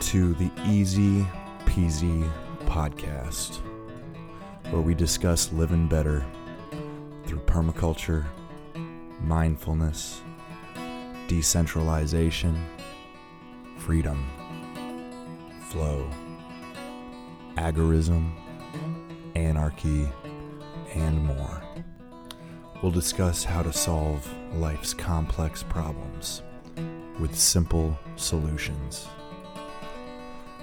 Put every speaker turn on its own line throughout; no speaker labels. to the Easy Peasy Podcast, where we discuss living better through permaculture, mindfulness, decentralization, freedom, flow, agorism, anarchy, and more. We'll discuss how to solve life's complex problems with simple solutions.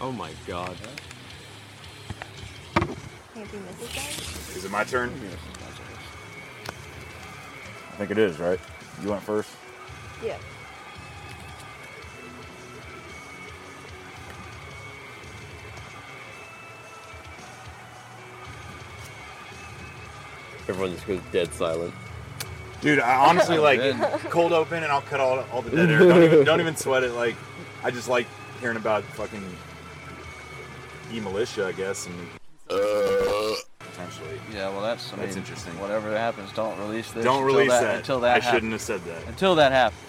Oh my god.
Can't be Mrs. Dad.
Is it my turn? I think it is, right? You went first.
Yeah.
Everyone just goes dead silent.
Dude, I honestly like cold open and I'll cut all, all the dead air. Don't even, don't even sweat it. Like, I just like hearing about fucking e militia, I guess, and potentially.
Yeah, well, that's I
That's
mean,
interesting.
Whatever happens, don't release this.
Don't
until
release that,
until that.
I
happens.
shouldn't have said that.
Until that happens,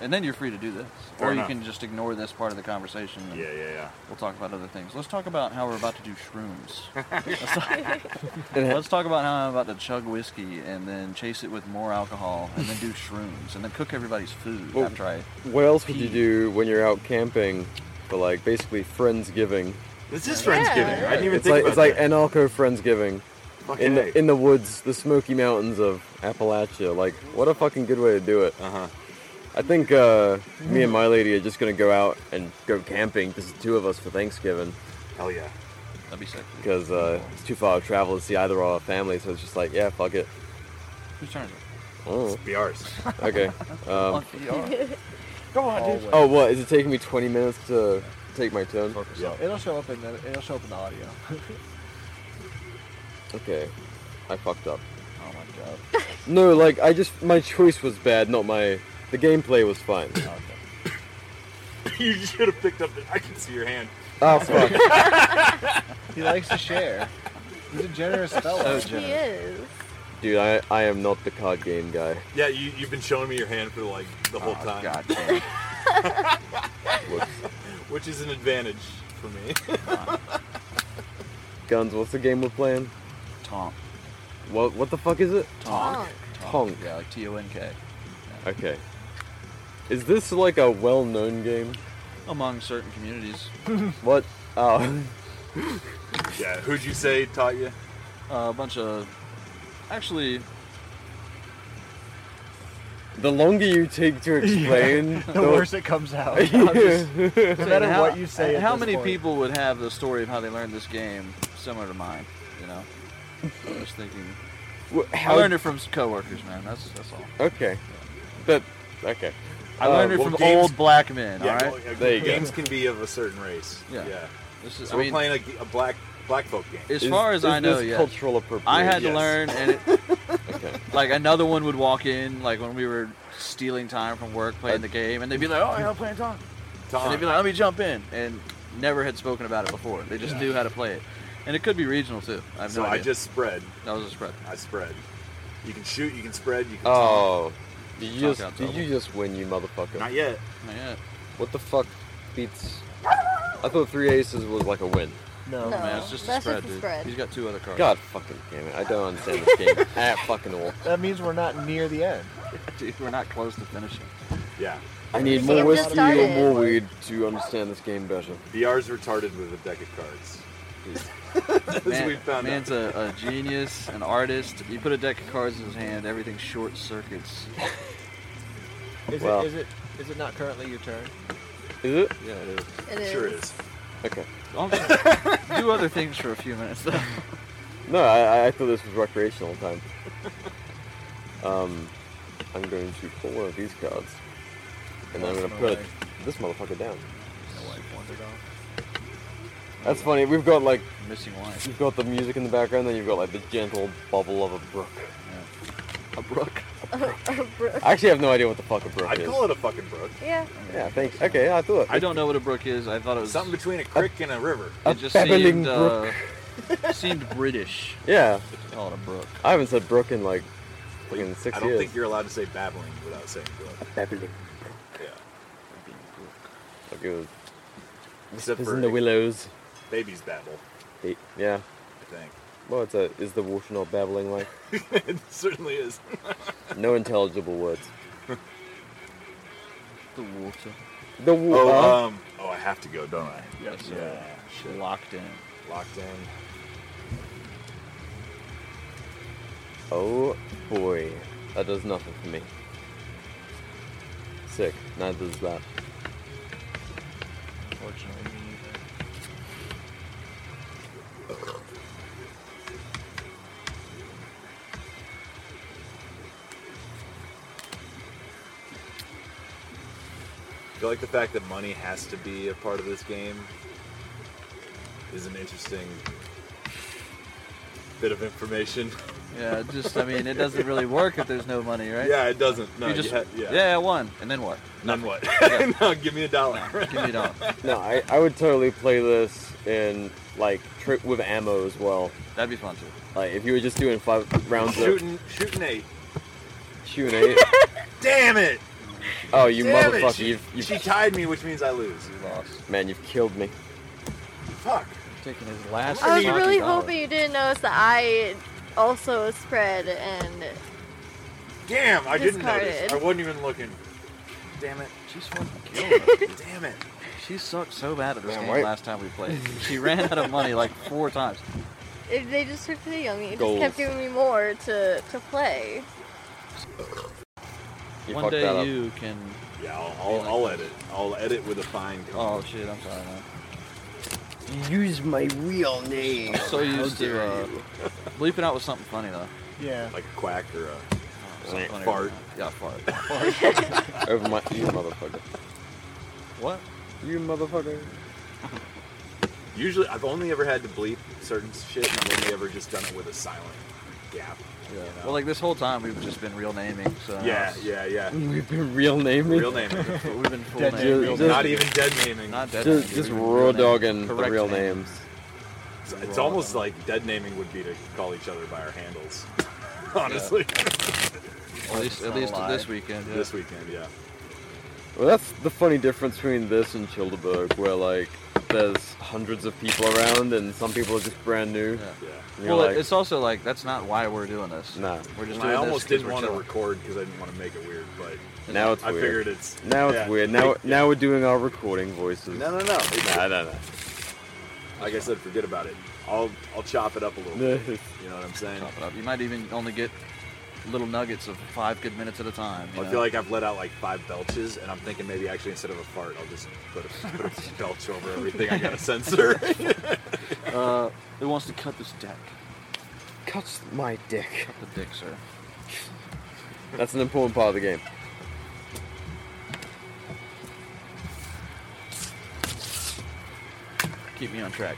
and then you're free to do this,
Fair
or
enough.
you can just ignore this part of the conversation. and
Yeah, yeah, yeah.
We'll talk about other things. Let's talk about how we're about to do shrooms. let's, talk, let's talk about how I'm about to chug whiskey and then chase it with more alcohol and then do shrooms and then cook everybody's food
Well-
after I.
What else could you do when you're out camping for like basically Friendsgiving?
This is Friendsgiving. I didn't even
It's
think
like
about
it's like
that.
Enalco Friendsgiving.
Fucking
In the,
A.
in the woods, the Smoky Mountains of Appalachia. Like, what a fucking good way to do it.
Uh-huh.
I think uh, me and my lady are just gonna go out and go camping, just the two of us for Thanksgiving,
Hell yeah.
That'd be sick.
because uh, it's too far to travel to see either of our family. So it's just like, yeah, fuck it.
Whose turn is it?
Oh,
Be ours.
okay. Um,
Lucky you are. Go on, dude.
oh, what is it taking me 20 minutes to take my turn?
Yeah.
It'll show up in the it'll show up in the audio.
Okay, I fucked up.
Oh my god.
No, like I just my choice was bad, not my the gameplay was fine.
you should have picked up the. I can see your hand.
oh fuck.
He likes to share. He's a generous fellow.
He is.
Dude, I, I am not the card game guy.
Yeah, you, you've been showing me your hand for like the whole
Oh,
time,
god damn.
Whoops.
which is an advantage for me.
Guns, what's the game we're playing?
Tonk.
What what the fuck is it?
Tonk.
Tonk.
Yeah, like T O N K.
Okay. Is this like a well known game?
Among certain communities.
What? Oh
yeah, who'd you say taught you?
Uh, a bunch of. Actually,
the longer you take to explain
the worse it comes out. I'm just- no matter
how-
what you say. at
How
this
many
point.
people would have the story of how they learned this game similar to mine? You know, I'm just thinking.
Wh-
I
how-
learned it from s- coworkers, man. That's that's all.
Okay. But okay.
I
Uh,
learned it
well,
from
games-
old black men.
Yeah,
all right.
well, yeah,
There you go.
games can be of a certain race.
Yeah.
yeah.
this is,
So
I
we're
mean,
playing a, a black black folk game.
as
Is-
far as
is
I know,
this
yeah.
cultural appropriation.
I had
yes.
to learn, and it,
okay.
like another one would walk in, like when we were stealing time from work playing the game, and they'd be like, "Oh, yeah, I'm playing Tonk."
Uh, Tom,
And they'd be like, let me jump in. And never had spoken about it before. They just knew how to play it. And it could be regional too. I have
so
no
I
idea.
just spread.
that was a spread.
I spread. You can shoot. You can spread. You can.
Oh, did you
Talk
just
out
did you
double.
just win, you
talk.
motherfucker?
Not yet.
Not yet.
What the fuck beats? I thought three aces was like a win.
No.
No.
Man, it's just a
that's
spread,
just a
dude.
spread.
He's got two other cards.
God fucking damn it! I don't understand this game at fucking all.
That means we're not near the end.
Dude, we're not close to finishing.
Yeah.
I need
The
more
game just
whiskey or
started.
more weed to understand this game better.
VR's retarded with a deck of cards. As
Man,
we found
man's
out.
a, a genius, an artist. You put a deck of cards in his hand, everything short circuits.
Is
Well.
it is it is it not currently your turn?
Is it?
Yeah, it is.
It is.
Sure is.
Okay.
do other things for a few minutes though.
No, I, I- I thought this was recreational time. Um, I'm going to pull one of these cards, and then I'm going to put it, this motherfucker down. That's funny. We've got like
Missing wife.
you've got the music in the background, then you've got like the gentle bubble of a brook.
A brook.
Oh, bro.
I actually have no idea what the fuck a brook
I'd
is.
call it a fucking brook.
Yeah.
yeah, thanks. Okay, I thought.
I don't know what a brook is. I thought it was
Something between a creek and a river.
It just
babbling
seemed uh, seemed British.
Yeah,
to Call it a brook.
I haven't said brook in like
Like,
fucking six
I don't
years.
think you're allowed to say babbling without saying brook.
Babbling.
Yeah.
Like it was,
Except
it's
for
in the willows.
babies babble,
They- Yeah.
I think.
Well, it's a is the water not babbling like
it certainly is.
no intelligible words.
The water.
The water.
Oh, um, oh, I have to go, don't I?
Yes, sir.
Yeah.
Locked in.
Locked in.
Oh boy, that does nothing for me. Sick. Neither does that.
Fortunately, me neither.
I feel like the fact that money has to be a part of this game is an interesting bit of information.
Yeah, it just I mean, it doesn't really work if there's no money, right?
Yeah, it doesn't. No,
You just
yeah, yeah.
yeah, I won, and then what?
Then what? no, give me a dollar.
Give me a dollar.
No, I, I would totally play this in like trip with ammo as well.
That'd be fun too.
Like if you were just doing five rounds of
shooting, shooting eight.
shooting eight.
Damn it!
Oh, you
Damn it!
motherfucker!
She,
You've, you've
she tied me, which means I lose.
You lost.
man, you've killed me.
Fuck.
Taking his last.
I was
Fucking
really
dollar.
hoping you didn't notice that I also spread and
Damn, I didn't notice.
Discarded.
I wasn't even looking. Damn it.
She's fucking killing it.
Damn it.
She sucked so bad at this
Man,
game
why-
last time we played. She ran out of money like four times.
if they just took the young, it just
Goals.
kept giving me more to to play.
You
One
fucked that
day
up.
you can.
Yeah, I'll, I'll, I'll edit. I'll edit with a fine.
Oh shit! I'm sorry, man.
Use my real name.
I'm so used to uh, bleeping out with something funny though.
Yeah.
like a quack or a.
Something funny.
Fart.
Yeah, fart. fart.
over my you motherfucker.
what?
You motherfucker.
Usually, I've only ever had to bleep certain shit, and I've only ever just done it with a silent gap. you know?
Well, like this whole time we've just been real naming. So
yeah, yeah, yeah.
We've been real naming.
Uh, Real name.
But we've been full
Dead
naming.
dude. Just-
Not even dead naming.
Not dead.
Just,
naming,
just
we've been
raw
naming.
dogging the
Correct
real
naming.
names.
It's, it's almost like dead naming would be to call each other by our handles. Honestly,
At least, at
not a
least
lie.
this weekend. Yeah.
this weekend, yeah.
Well, that's the funny difference between this and Childeberg, where like there's hundreds of people around and some people are just brand new.
Yeah.
Yeah.
And you're
Well,
like,
it's also like that's not why we're doing this.
No.
we're just doing
And I
this
almost
'cause
didn't
we're
want to
chilling.
record because I didn't want to make it weird, but
now it's
I
weird.
figured it's
now it's
yeah.
weird. Now
Like,
now we're doing our recording voices.
no, no, no. It's-
Nah, no,
Like I said, forget about it. I'll I'll chop it up a little
no.
bit. You know what I'm saying?
Chop it up. You might even only get little nuggets of five good minutes at a time. you
I
know?
feel like I've let out like five belches, and I'm thinking maybe actually instead of a fart, I'll just put a, put a belch over everything I gotta censor.
uh, who wants to cut this deck?
Cuts my dick.
Cut the dick, sir.
That's an important part of the game.
Keep me on track.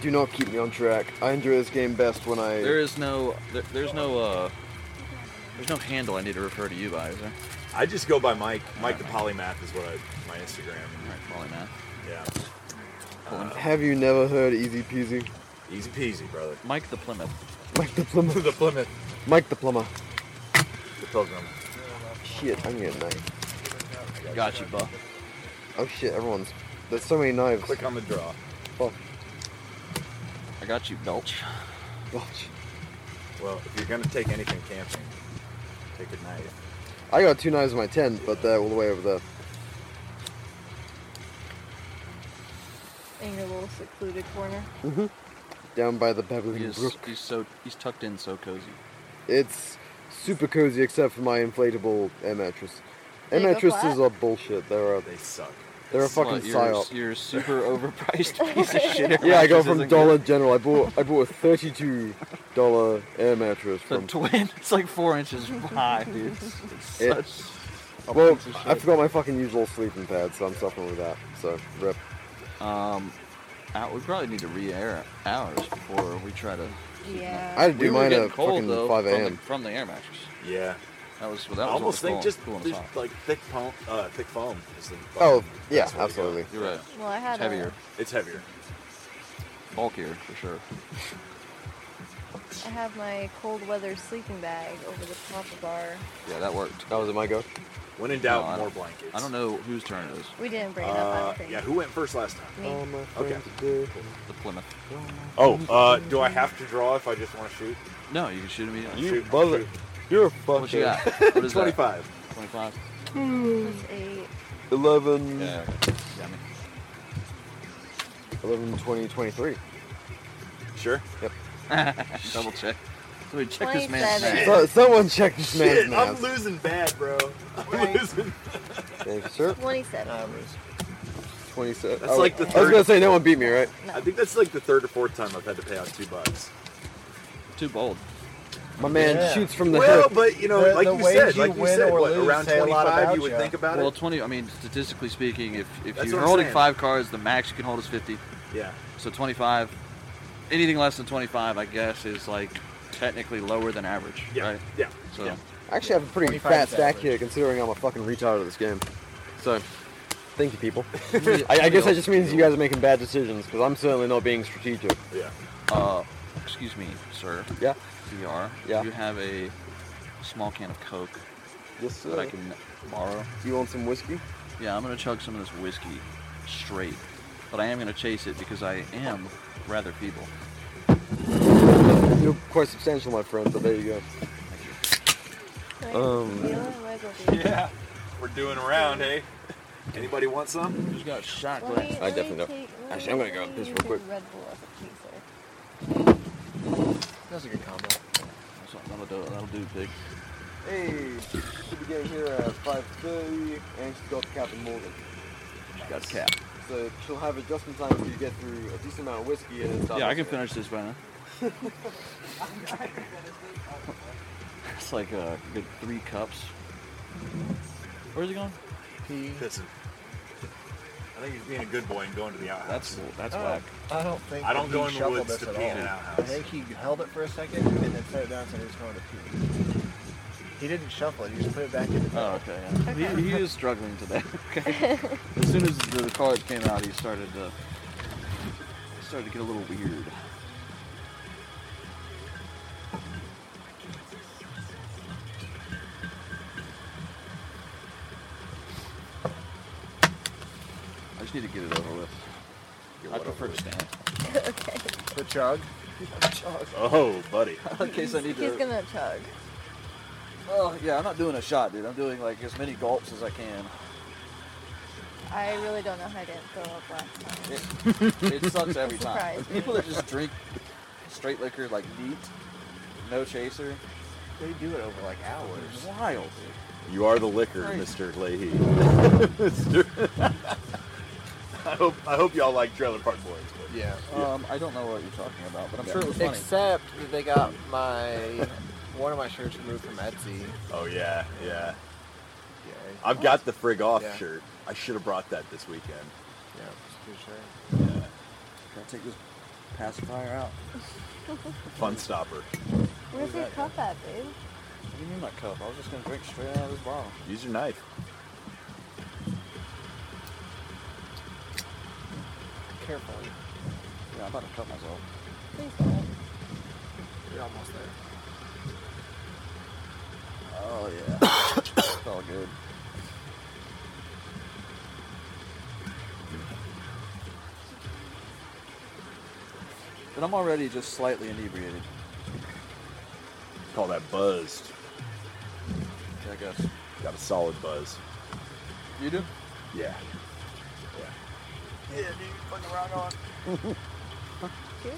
Do not keep me on track. I enjoy this game best when I.
There is no, there, there's no, uh, there's no handle I need to refer to you by, is there?
I just go by Mike. Mike the Polymath is what I my Instagram.
All right, Molly, man.
Yeah,
Have you never heard Easy Peasy?
easy peasy, brother.
Mike the Plymouth.
Mike the plumber.
the Plymouth,
Mike the plumber.
the Pilgrim.
Shit, I'm getting knife.
Got you, buck.
Oh shit, everyone's. There's so many knives. Oh,
Click on the draw.
Fuck.
I got you, belch.
Gosh.
Well, if you're gonna take anything camping, take a knife.
I got two knives in my tent, but they're all the way over there.
In your little secluded corner.
Down by the babbling
He is,
brook.
he's so, he's tucked in so cozy.
It's super cozy except for my inflatable air mattress. Air
They go
mattresses
flat?
are bullshit. They're uh,
They suck.
They're a fucking
Slut, you're,
psyop.
you're a super overpriced piece of shit.
Yeah, I go
This
from
isn't
Dollar
good.
General. I bought I bought a thirty-two dollar air mattress
The
from.
twin, it's like four inches high, dude. It's, it's
It-
such a
Well,
piece of
I
shit.
forgot my fucking usual sleeping pad, so I'm suffering with that. So rip.
Um, out, we probably need to re-air ours before we try to.
Yeah.
I had to do
we were
mine
getting
at
cold
fucking
though
five
from the,
a.m.
from the air mattress.
Yeah.
That was well, that
I
was
almost think
what was
just
going-
there's
going on.
like thick foam, uh, thick foam. Is the
Oh yeah,
That's where we go.
absolutely.
You're right.
Well, I
It's
had
heavier,
It's heavier.
bulkier for sure.
A, I have my cold weather sleeping bag over the top of our.
Yeah, that worked.
That was it. My go.
When in
No,
doubt,
I
more
don't-
blankets.
I don't know whose turn it is.
We didn't bring it up. I
Uh,
don't think.
yeah, who went first last time?
Me.
Okay.
The Plymouth.
Oh, uh, do I have to draw if I just want to shoot?
No, you can shoot immediately.
You
Shoot,
buzzer.
shoot.
You're a
What you
fucking
got? What is that?
Twenty-five.
Twenty-five.
Plus eight.
eleven.
Yeah. Got me.
11, 20, 23.
Sure.
Double check. So we check this man's
27.
name.
So, someone check this man's
Shit, I'm
math.
losing bad, bro. I'm
Right.
losing.
Thank you, sir.
27.
I was
27.
That's
Oh,
like the
I was
third-
gonna say no one beat me, right?
I think that's like the third or fourth time I've had to pay out two bucks.
Too bold.
My man
Yeah.
shoots from the
well,
hip.
but you know,
The-
like
the
you
ways
said,
you
like you
win
said,
or
what
lose
around
say a lot
twenty-five,
about
you would
ya.
think about
Well,
it.
twenty. I mean, statistically speaking, if if
That's what
you're
I'm
holding
saying.
five cards, the max you can hold is fifty.
Yeah.
So twenty-five. Anything less than twenty-five, I guess, is like technically lower than average,
Yeah.
right?
Yeah.
So
Yeah.
I actually have a pretty
25 is
fat stack
average.
here, considering I'm a fucking retard at this game. So, thank you, people.
somebody-
I, I guess
somebody
that just
else-
means you guys are making bad decisions, because I'm certainly not being strategic.
Yeah.
Uh, excuse me, sir.
Yeah?
VR.
Yeah.
You have a small can of Coke
Yes,
that I can borrow.
You want some whiskey?
Yeah, I'm gonna chug some of this whiskey straight, but I am gonna chase it because I am rather feeble.
You're quite substantial, my friend, but there you
Right?
go.
You
Um,
know what, Wiggle, dude.
Yeah. We're doing around, hey. Anybody want some?
Who's got a shot
Let me-
glass?
let
I
me
definitely don't.
take- let
Actually,
me-
I'm gonna go
let me
piss
use
real
your
quick.
Red Bull as a teaser.
That's a good combo.
That's what- That'll do. That'll do, pig.
hey, should be getting here at 5.30, and she's got Captain Morgan.
You got a cap.
So she'll have it just in time to get through a decent amount of whiskey and then stop.
Yeah, I can finish this by now. it's like a good three cups. Where's he going?
He,
Pissing. I think he's being a good boy and going to the outhouse.
That's that's
Oh,
whack.
I don't think
I don't
he
go in the
shuffled
woods
this
to
at
pee in
all.
an
I
outhouse.
think he held it for a second and then set it down so he was going to pee. He didn't shuffle it, he just put it back in.
Uh.
the-
Oh, okay. Yeah. He, he is struggling today. Okay. as soon as the cards came out, he started to started to get a little weird. I just need to get it over with. I prefer to stand.
The chug.
Oh, buddy.
In case I need
He's gonna chug.
Oh yeah, I'm not doing a shot, dude. I'm doing like as many gulps as I can.
I really don't know how I didn't throw up last time.
It sucks every time.
Surprise.
People that just drink straight liquor like neat, no chaser,
They do it over like hours.
wild.
You are the liquor,
Right.
Mr. Leahy. I hope I hope y'all like Trailer Park Boys. But
Yeah.
Um, I don't know what you're talking about, but I'm sure it was funny.
Except that they got my one of my shirts removed from Etsy.
Oh yeah, yeah.
Yeah.
I've got the frig off
Yeah.
shirt. I should have brought that this weekend.
Yeah, just pretty sure.
Gotta take this pacifier out.
Fun stopper.
Where's your cup at, babe?
What do you mean my cup? I was just gonna drink straight out of this bottle.
Use your knife.
Carefully.
Yeah, I'm about to cut myself.
Please don't.
You're almost there.
Oh yeah. it's all good. But I'm already just slightly inebriated,
Call that buzzed.
I guess.
Got a solid buzz.
You do?
Yeah.
Cheers.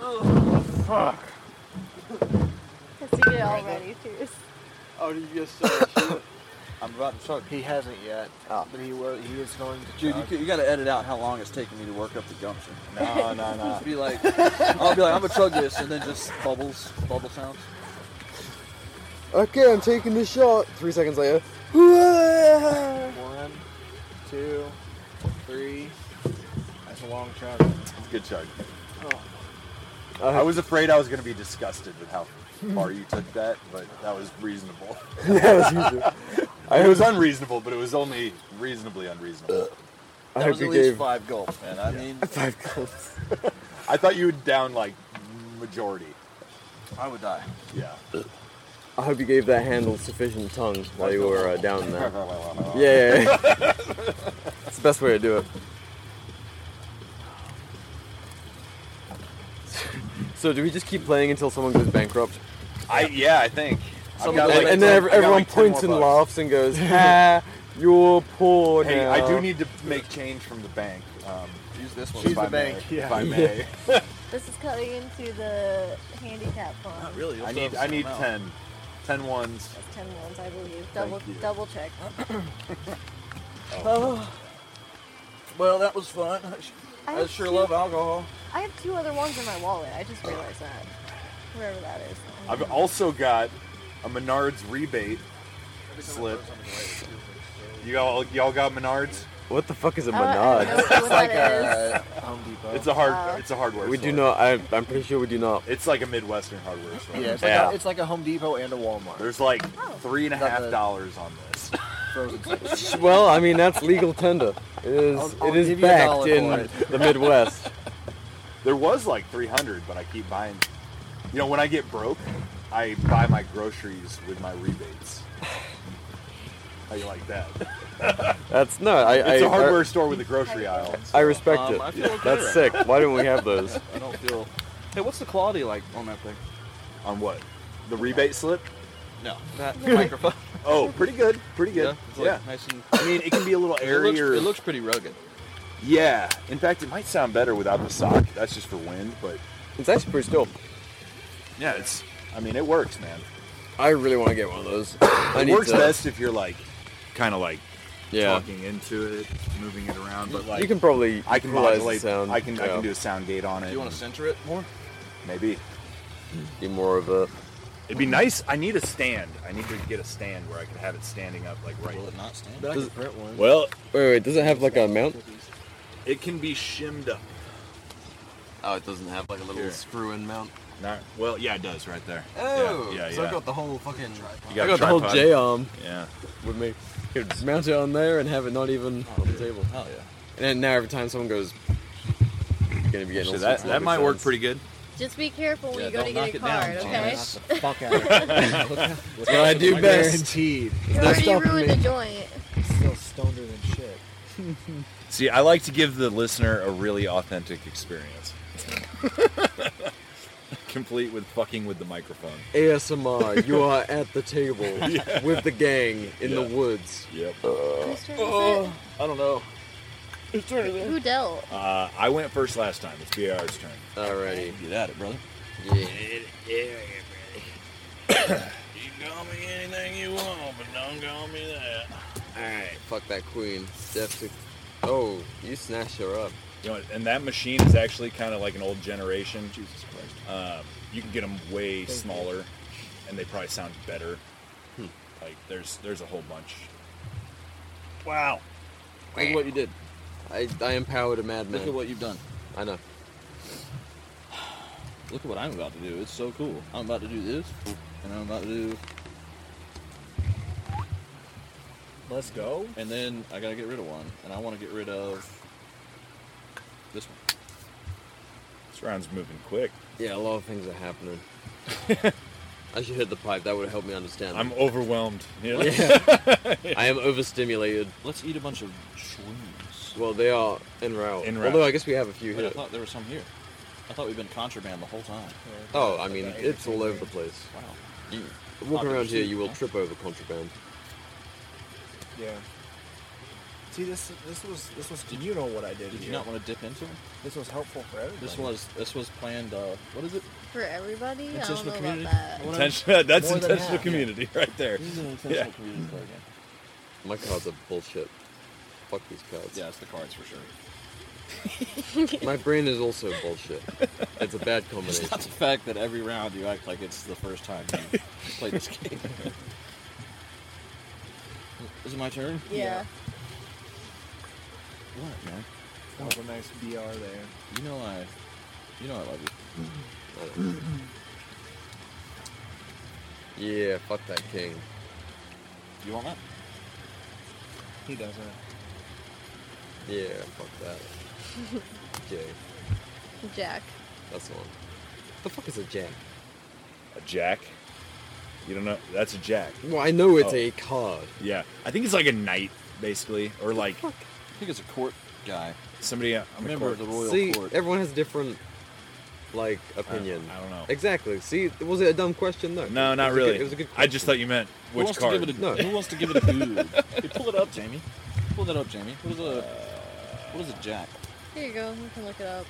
Oh, fuck. Let's get it all ready. Cheers.
Oh, did you just uh,
I'm about to start. He hasn't yet, but he will. He is going to.
Dude, you,
chug.
c- you gotta edit out how long it's taking me to work up the gumption.
No, no, no.
Just be like, I'll be like, I'm gonna chug this, and then just bubbles, bubble sounds.
Okay, I'm taking the shot. Three seconds later.
One, two, three. That's a long chug.
Good chug. I was afraid I was going to be disgusted with how far you took that, but that was reasonable.
that was easy. I
it
hope,
was unreasonable, but it was only reasonably unreasonable.
I
That
hope
was at
you
least
gave
five gulps, man. I mean,
five goals.
I thought you would down like majority.
I would die.
Yeah.
I hope you gave that handle sufficient tongue while you were uh, down there. Yeah, yeah, yeah. it's the best way to do it. So do we just keep playing until someone goes bankrupt?
I yeah, I think. I've
Someone-
got, like,
and and then ev-
I got,
everyone
like, 10
points and
more bucks.
laughs and goes, "Ha, you're poor
Hey,
now."
I do need to make change from the bank. Um,
Use this one.
if I
the bank,
May,
yeah.
If I may.
This is cutting into the handicap font.
Not really. you'll
I
still
need I
have the
need
same amount.
10. 10 ones.
That's 10 ones, I believe. Double
you.
double check.
Well, that was fun. I sh-
I
I
have
sure
two-
love alcohol.
I have two other ones in my wallet. I just realized that. Wherever that is.
I've also got a Menards rebate slip. You all y'all got Menards?
What the fuck is a
I don't- Uh, I don't
monad?
know what
It's like
uh,
that is.
a Home Depot.
It's a hard
Uh,
it's a hardware
We do
store.
not. I, I'm pretty sure we do not.
It's like a Midwestern hardware store.
yeah, it's like, A, it's like a Home Depot and a Walmart.
There's like
Oh.
three and a
Got
half
the-
dollars on this.
Frozen section.
Well, I mean that's legal tender. It is.
I'll
it is
give you a
backed
dollar
in
for it.
the Midwest.
There was like 300, but I keep buying. You know, when I get broke, I buy my groceries with my rebates. How you like that?
That's no. I. I,
It's a hardware
I,
store with a grocery aisle.
I respect
Um,
it.
I feel okay
That's
right
sick. Why don't we have those?
I don't feel. Hey, what's the quality like on that thing?
On what? The rebate slip?
No, that microphone.
Oh, pretty good. Pretty
Yeah,
good.
it's
Yeah.
like nice and.
I mean, it can be a little
It looks,
airier.
it looks pretty rugged.
yeah. In fact, it might sound better without the sock. That's just for wind, but
It's actually pretty dope.
yeah, it's. I mean, it works, man.
I really want to get one of those. I
It
need
works
to,
best if you're like, kind of like
Yeah.
talking into it, moving it around. But like,
You can probably
I can
equalize the
modulate.
sound.
I can I
yeah.
can do a sound gate on it.
Do you want to center it more?
Maybe.
Be more of a.
It'd be nice. I need a stand. I need to get a stand where I can have it standing up, like right.
Will it not stand?
I can print one.
Well,
Wait, wait. Does it have like a mount?
it can be shimmed up.
Oh, it doesn't have like a little
Here.
screw-in mount.
Not well. Yeah, it does right there. yeah, yeah.
Oh, So
yeah.
I've got the whole fucking.
You
I
a
got the whole
tripod.
J arm
Yeah.
with me. You could mount it on there and have it not even on the table.
Hell yeah.
And then now every time someone goes, you're gonna be getting
So
all
that
sorts of
that
weird
might work
sounds.
pretty good.
Just be careful when
Yeah,
you go to
don't
get
knock
a
it down,
card, okay?
James.
Fuck out. of it.
That's what I do best.
Guaranteed.
You
That's
already
not for
ruined
me.
the joint.
It's still stoneder than shit.
See, I like to give the listener a really authentic experience, complete with fucking with the microphone.
ASMR. You are at the table with the gang in the
Yeah.
woods.
Yep.
Oh.
Whose turn is it?
I don't know.
Who dealt?
Uh, I went first last time. It's BR's turn.
Alrighty.
Get at it, brother.
Yeah.
You call me anything you want, but don't call me that.
Alright. Fuck that queen. Definitely. Oh, you snatched her up.
You know, and that machine is actually kind of like an old generation. Jesus Christ. Um, you can get them way smaller, and they probably sound better.
Hmm.
Like there's there's a whole bunch. Wow.
Look at what you did.
I, I empowered a
Look at
madman.
what you've done.
I know.
Look at what I'm about to do. It's so cool. I'm about to do this, and I'm about to do,
Let's go.
and then I gotta get rid of one, and I want to get rid of this one.
This round's moving quick.
Yeah, a lot of things are happening. I should hit the pipe. That would help me understand.
I'm overwhelmed. Yeah.
Yeah. I am overstimulated.
Let's eat a bunch of shrooms.
Well, they are en route.
En route.
Although I guess we have a few
Wait, I
here.
thought there was some here. I thought we've been contraband the whole time.
Oh, I mean, it's all over the place.
Wow.
You, walking
Oh,
around here,
interesting.
you will trip over contraband.
Yeah. See this this was this was you know what I did.
Did you
here.
not want to dip into them?
this was helpful for everybody.
This was this was planned. Uh, what is it?
For everybody? I don't
Intentional
know
community?
about that.
Whatever.
Intention- that's
More than
intentional
half.
community right there.
This is an
Yeah.
intentional community play game.
My cards are bullshit. Fuck these cards.
Yeah, it's the cards for sure.
My brain is also bullshit. It's a bad combination.
It's not the fact that every round you act like it's the first time you play this game. Is it my turn?
Yeah.
What, man?
That was a nice BR there.
You know I, you know I love you.
Yeah, fuck that king.
You want that?
He doesn't.
Yeah, fuck that. Jay,
Jack.
that's the one. The fuck is a jack?
A jack. You don't know? That's a jack.
Well, I know it's
Oh.
a card.
Yeah, I think it's like a knight, basically, or like
I think it's a court guy.
somebody. uh, I'm a
Member of the
court-
royal
See,
court.
everyone has different, like, opinion.
I don't know.
Exactly. See, was it a dumb question though?
No, not
it was a
really.
Good, it was a good.
I
Question.
just thought you meant
who
which
wants
card.
To give it a,
No.
Who wants to give it a dude? hey, pull it up, Jamie. Pull that up, Jamie. What is a what is a jack?
Here you go. You can look it up.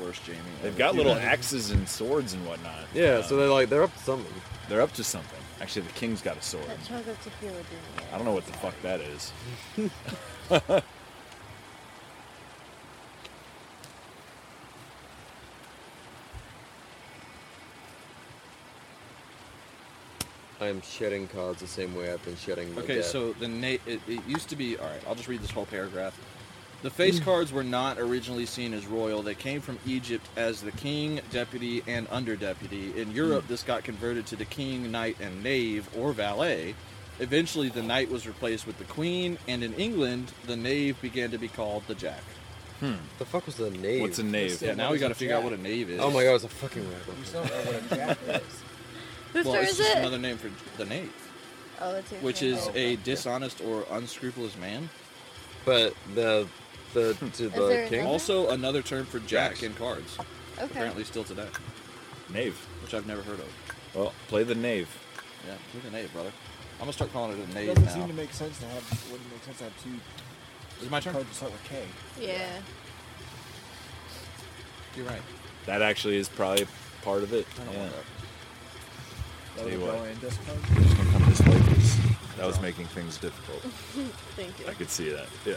Worse, Jamie.
They've got little axes and swords and whatnot.
Yeah,
Uh,
so they're like they're up to something.
they're up to something. Actually, the king's got a sword.
That chug of tequila did
I don't know what the fuck that is.
I am shedding cards the same way I've been shedding. My
Okay,
dad.
so the na- it, it used to be all right. I'll just read this whole paragraph. The face
Mm.
cards were not originally seen as royal. They came from Egypt as the king, deputy, and under deputy. In
Mm.
Europe, this got converted to the king, knight, and knave or valet. Eventually, the knight was replaced with the queen, and in England, the knave began to be called the jack.
the fuck was the name?
What's a knave?
Yeah, now we got to figure out what a knave is.
Oh my god, it's a fucking rapper.
You still don't know what a jack is.
Whose
Well,
turn
it's
is
just
it?
another name for the knave,
Oh, it's your
which
turn.
is a dishonest or unscrupulous man.
But the the to the
there
king.
another?
Also, another term for jack
Jacks.
in cards.
Okay.
Apparently, still today,
Knave.
which I've never heard of.
Well, play the knave.
Yeah, with an A, brother. I'm gonna start calling it an
It
A
doesn't
now.
seem to make sense to have. Wouldn't make sense to have two
Is it my turn?
cards that start with K.
Yeah.
You're right.
That actually is probably part of it.
I don't
yeah.
want that.
That
Tell you
would
what.
go in discard.
I'm just gonna come this way, 'cause That was making things difficult.
Thank you.
I could see that. Yeah.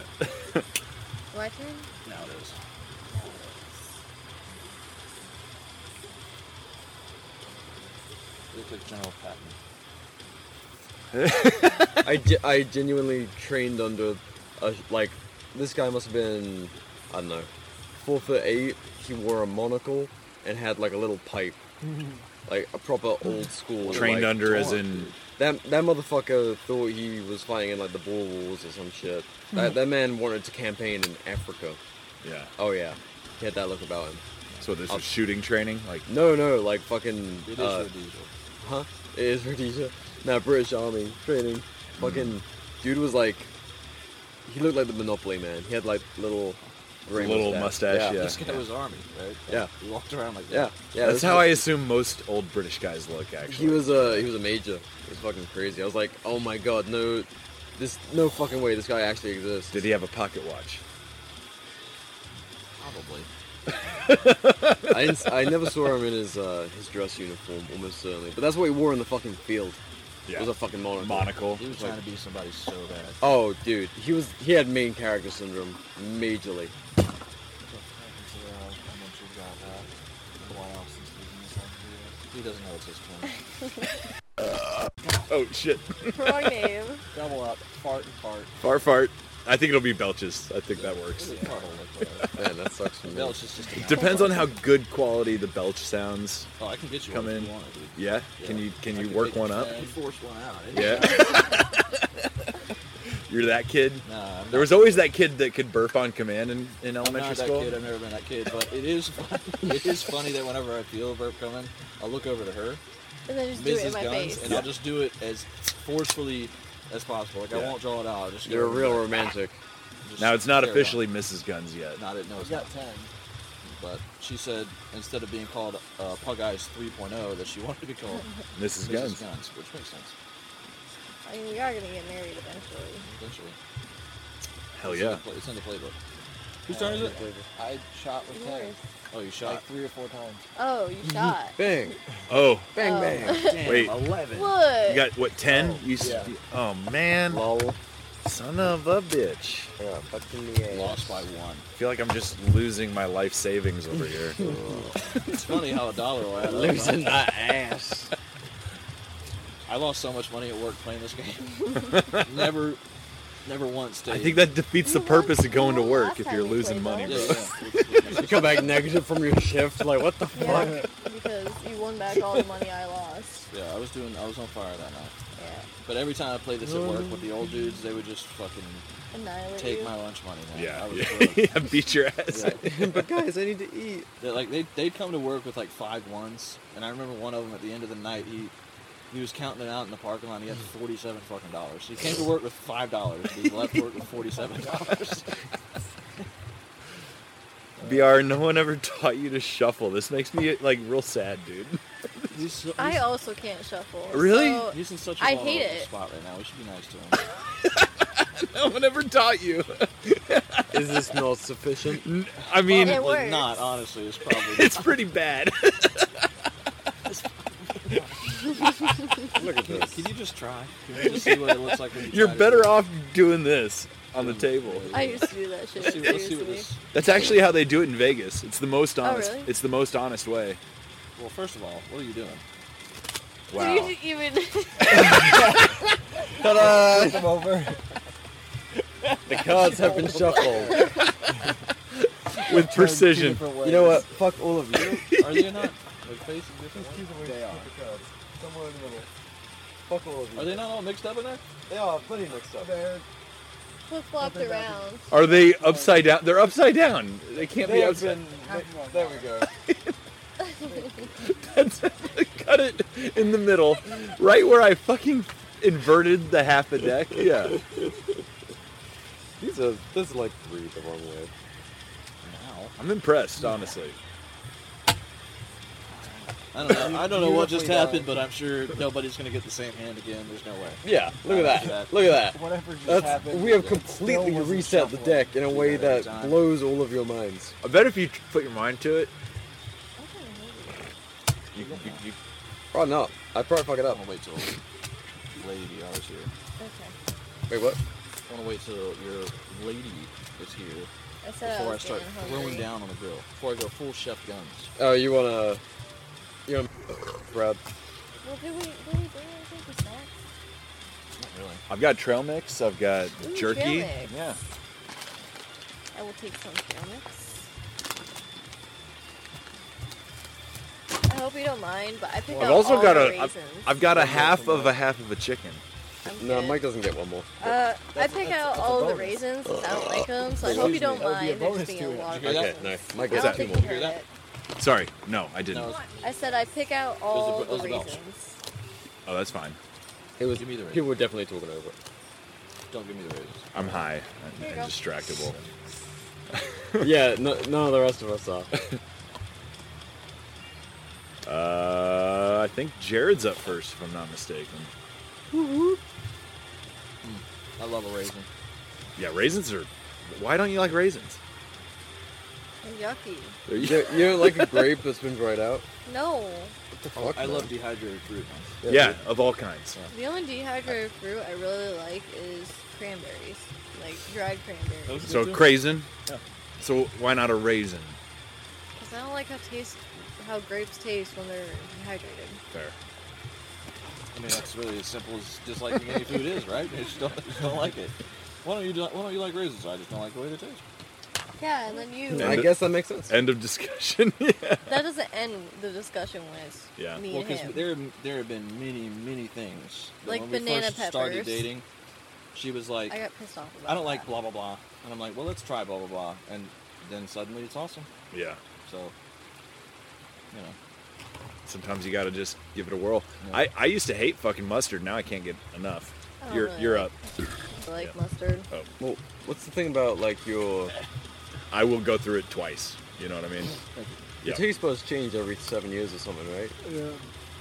My turn?
Now it is. Look like General Patton.
I, ge- I genuinely trained under, a, like, this guy must have been, I don't know, four foot eight. He wore a monocle and had like a little pipe, like a proper old school.
Trained
like,
under as in
That that motherfucker thought he was fighting in like the Boer Wars or some shit. That that man wanted to campaign in Africa.
yeah.
Oh yeah, he had that look about him.
So this is shooting training, like
No, no, like fucking.
It is
uh,
Rhodesia.
Huh? It is Rhodesia. No, British Army training. Fucking dude was like, he looked like the Monopoly man. He had like little, gray
Little mustache,
Yeah,
yeah.
This guy was army, right?
Yeah.
He walked around like
yeah.
that.
yeah,
that's
this
how I
was-
assume most old British guys look. Actually,
He was a he was a major. It was fucking crazy. I was like, oh my god, no, this no fucking way. This guy actually exists.
Did he have a pocket watch?
Probably. I, didn't, I never saw him in his uh, his dress uniform, almost certainly. But that's what he wore in the fucking field. It was a fucking monocle.
monocle.
He was trying to be somebody so bad.
Oh, dude, he was he had main character syndrome, majorly.
Consider how how much you've got left. It's been a while since we've done this on here.
He doesn't know it's his turn.
Oh shit!
Wrong name.
Double up, fart and fart.
Fart fart. I think it'll be belches. I think that works.
Man, that sucks for me.
Belch is just a mouth.
Depends on how good quality the belch sounds.
Oh, I can get you
Come
one if
in.
you want, dude.
Yeah. Can you can you work one up?
I can force one out.
Yeah. You're that kid.
Nah, I'm
There was always that kid that could burp on command in, in
I'm
elementary
not that
school.
kid. I've never been that kid, but it is fun. it is funny that whenever I feel a burp coming, I'll look over to her,
And then just do it in
Mrs.
my
Guns,
face.
and I'll just do it as forcefully as possible. Like I
Yeah.
won't draw it out. I'll just go
You're a
over
real
there,
romantic.
just
Now it's not
tear it
officially Mrs. Guns yet.
out. Not it. No,
I've
it's not.
got ten.
But she said instead of being called uh, Pug Eyes 3.0, that she wanted to be called
Mrs.
Mrs.
Guns.
Guns. which makes sense
I mean, we are going to get married eventually.
eventually.
Hell
It's in the
yeah.
pla- It's in the playbook. Whose turn is it?
I shot with ten,
Oh, you shot.
like three or four times.
Oh, you shot.
Bang.
Oh,
Bang
Oh.
bang.
Damn,
Wait.
Eleven.
you
Look.
got what? Ten? you s-
yeah.
oh man,
Lol.
son of a bitch!
Yeah, fucking the ass.
Lost by one.
I feel like I'm just losing my life savings over here.
It's funny how a dollar will add up.
Losing my ass.
I lost so much money at work playing this game. never, never once did.
I think that defeats the
You
purpose
won-
of going to
you won
work
last
if
time
you're
we
losing
played,
money,
Yeah,
though.
bro.
yeah, yeah.
You come back negative from your shift. Like what the fuck?
Yeah, because you won back all the money I lost.
Yeah, I was doing. I was on fire that night.
Yeah.
But every time I played this at work with the old dudes, they would just fucking
Annihilate
take
you.
my lunch money. Man. I
Yeah,
was
yeah.
broke.
yeah, beat your ass.
Yeah.
but guys, I need to eat.
They're like they they'd come to work with like five ones, and I remember one of them at the end of the night he. He was counting it out in the parking lot. He had forty-seven fucking dollars. He came to work with five dollars. He left work with forty-seven dollars.
BR, no one ever taught you to shuffle. This makes me like real sad, dude.
He's, so-
I
he's-
also can't shuffle.
Really?
so-
he's in such a
I
vulnerable
hate it.
spot right now. We should be nice to him.
No one ever taught you.
Is this not sufficient?
I mean,
Well, it
Probably
works.
not. Honestly, it's probably
it's pretty bad.
Look at
Can,
this.
can you just try? Can you just see what it looks like? When you
You're
try to
better
do it?
off doing this on the table.
I used to do that shit.
Let's see, let's see what
seriously.
this.
That's actually how they do it in Vegas. It's the most honest.
Oh, really?
It's the most honest way.
Well, first of all, what are you doing?
Wow.
Did you even?
Ta-da! Come over.
The cards have been shuffled.
With precision.
You know what? Fuck all of you.
Are they not? Like facing different ways?
They are.
Somewhere in the middle. Fuck all of
Are they not all mixed up in there?
They are plenty mixed up.
They're
Flip flopped around.
Are they upside down? They're upside down. They can't
They
be
have
upside.
been. There we go.
Cut it in the middle, right where I fucking inverted the half a deck. Yeah.
These are. There's like three the wrong way.
I'm impressed, honestly.
I don't know. I don't know what
Beautifully
just
done.
happened, but I'm sure nobody's gonna get the same hand again. There's no way.
Yeah. Look at that. Look at that.
whatever just
That's,
happened.
we have
no
completely
one's
reset the
shuffling.
deck in a way
that every
that
time.
blows all of your minds.
I bet if you t- put your mind to it, you, you, you,
Oh no, I probably fuck it
I'm
up.
gonna wait till Lady BR is here.
Okay.
Oh.
Wait, what?
I'm gonna wait till your lady is here
I said I
before I
was
start
getting
throwing
hungry.
down on the grill. Before I go full chef guns.
Oh, you wanna, you wanna grab?
Well, did we? Did we bring anything besides?
Not really.
I've got trail mix. I've got
Ooh,
jerky.
trail mix.
Yeah.
I will take some trail mix. I hope you don't mind, but I picked
I've
out
also
all
got
the
a.
raisins.
I've, I've got a half of a half of a chicken.
I'm
No,
good.
Mike doesn't get one more.
Uh, I
That's-
pick
that's-
out
that's a
all the
bonus.
raisins. 'cause I don't like them, so I hope you
Excuse
don't
me.
That would be a
mind. There's
bonus
being
to
a
it.
lot of
Did you hear
Okay,
that?
no, Mike
I
gets
don't
two
think
more.
you
Hear
heard
that?
it.
Sorry, no, I didn't.
No, it's-
I said I pick out
Those are-
all the
those are bells.
raisins.
Oh, that's fine.
It was.
Give me the raisin.
People were definitely talking over it.
don't give me the raisins.
I'm high and,
There you
and
go.
distractible.
yeah, no, none of the rest of us are.
Uh, I think Jared's up first, if I'm not mistaken.
I love a raisin.
Yeah, raisins are. Why don't you like raisins?
They're yucky.
you, don't- you don't like a grape that's been dried out?
No.
What the fuck?
I
man?
love dehydrated fruit. man.
Yeah, of all kinds.
The only dehydrated fruit I really like is cranberries, like dried cranberries,
So craisin. So why not a raisin?
because I don't like how taste how grapes taste when they're dehydrated.
Fair.
I mean, that's really as simple as disliking any food is, right? You just don't, you just don't like it. Why don't you? do- Why don't you like raisins? I just don't like the way they taste.
Yeah, and then you.
I
And-
guess that makes sense.
End of discussion. yeah.
That doesn't end the discussion with
Yeah.
me
Well,
and him.
because there there have been many many things. that
Like
when we
banana
first started
peppers.
dating, she was like,
I
I,
got pissed off about
don't like
that.
blah blah blah," and I'm like, "Well, let's try blah blah blah," and then suddenly it's awesome.
Yeah.
So, you know,
Sometimes you gotta just give it a whirl.
Yeah.
I, I used to hate fucking mustard. Now I can't get
I
enough.
don't
You're
really
you're
like
up.
I like
Yeah.
mustard.
Oh,
Well, what's the thing about like your
I will go through it twice. You know what I mean?
your
Yeah.
taste buds change every seven years or something, right?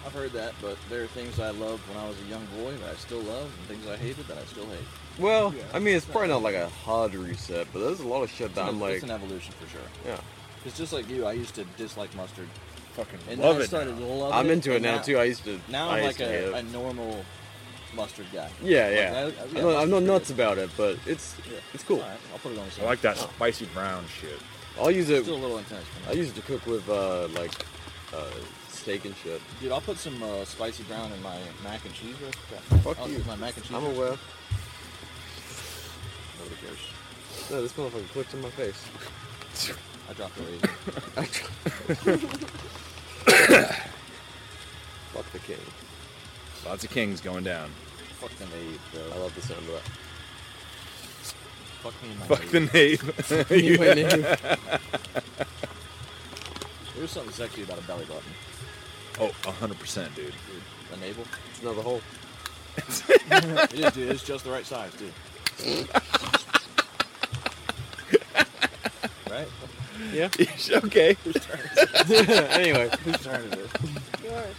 I've heard that, but there are things I loved when I was a young boy that I still love, and things I hated that I still hate.
Well, I mean, it's probably not like a hard reset, but there's a lot of shit that
It's
I'm
an-
like,
it's an evolution for sure.
yeah.
It's just like you. I used to dislike mustard,
Fucking
and
love
then I
it.
started
now.
loving
I'm
it,
into it
and
now too. I used to.
Now
I
I'm
used
like
to
a,
hate
a
it.
normal mustard guy.
yeah,
like, I- I-
yeah.
yeah,
I'm, not, I'm not
mustard's
nuts
good.
about it, but it's
Yeah.
it's cool.
All right, I'll put it on the
I
side.
like that spicy brown shit.
I'll use it.
Still a little intense. for me.
I use it to cook with uh, like uh, steak and shit.
Dude, I'll put some uh, spicy brown in my mac and cheese recipe.
Fuck
I'll
you.
use My mac and cheese.
I'm aware.
Nobody cares.
No, this motherfucker clicked in my face.
I dropped a raisin.
Fuck the king.
Lots of kings going down.
Fuck the nave,
I
bro.
love the sound of that.
Fuck me and my
Fuck
nave.
the name.
There's something sexy about a belly button.
Oh, 100%, dude.
Dude, a navel.
It's another hole.
it is, dude. It's just the right size, dude. right?
Yeah.
okay.
anyway,
Whose turn is it?
Yours.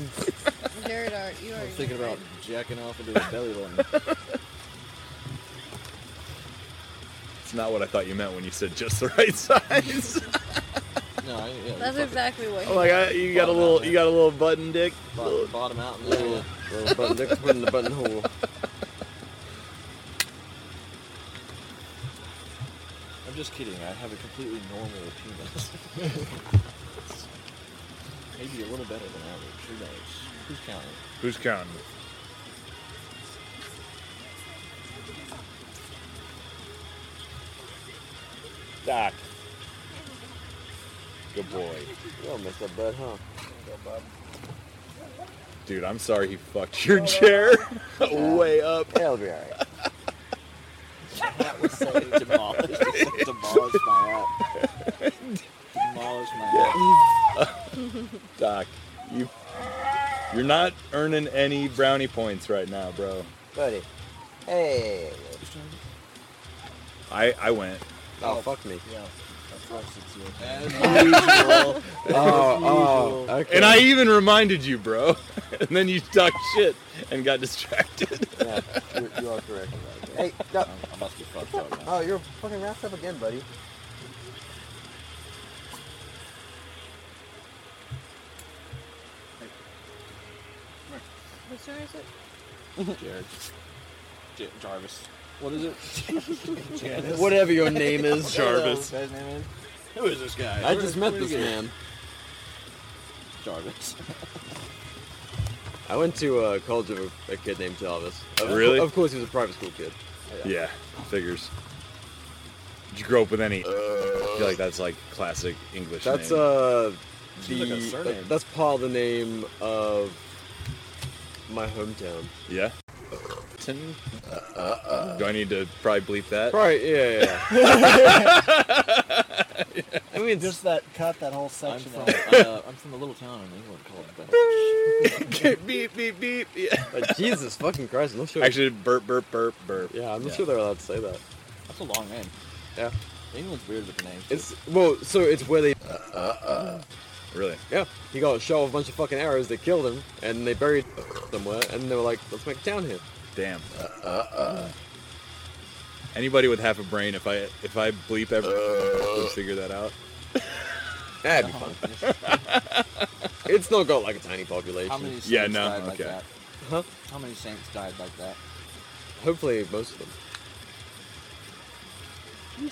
Jared, are, you
Uh,
are.
I'm thinking about jacking off into a belly button.
It's not what I thought you meant when you said just the right size.
No, I, yeah,
That's
fuck
exactly what.
oh my god, you got a little, you got a little button dick.
it. Bottom, bottom out and then
little button, next put in the buttonhole.
I'm just kidding. I have a completely normal penis. Maybe a little better than average. Who knows? Who's counting?
Who's counting? Doc. Good boy.
You all messed up, bud, huh?
Dude, I'm sorry he fucked your chair way up.
Yeah, I'll be alright.
That was so demolished. demolished my hat. Demolished my hat.
Doc, you you're not earning any brownie points right now, bro.
Buddy. Hey.
I I went.
Oh, fuck me.
Yeah. Of course it's your hat.
Oh, oh, okay.
And I even reminded you, bro. And then you talked shit and got distracted.
Yeah, you, you are correct. Hey, no.
I must be fucked up now.
Oh, you're fucking wrapped up again, buddy.
Which one is it?
Jared. J- Jarvis. What is it?
Whatever your name is,
Jarvis.
Who is this guy?
I just met
Where did he
this
get-
man.
Jarvis.
I went to a college of a, a kid named Jarvis. Of,
Really?
Of course, he was a private school kid.
Yeah, figures. Did you grow up with any? I feel like that's like classic English.
That's
name.
uh, the
Seems like a surname.
that's part of the name of my hometown.
yeah. Do I need to probably bleep that?
Right? Yeah, yeah. yeah. I mean,
Just that cut that whole
I'm
section
from,
out.
uh, I'm from a little town in England called uh, Benwich.
beep beep beep. Yeah.
like, Jesus fucking Christ! I'm not sure.
Actually, burp burp burp burp.
yeah, I'm not sure they're allowed to say that.
That's a long name.
Yeah,
England's weird with the names.
it's well, so it's where they
Really.
Yeah, he got shot with a bunch of fucking arrows. They killed him, and they buried him somewhere. And they were like, "Let's make a town here."
Damn. uh. Anybody with half a brain, if I if I bleep every, would figure that out.
That'd be fun. it's not got like a tiny population.
How many saints
Yeah, no,
died like
okay.
that?
Huh?
How many saints died like that?
Hopefully, most of them.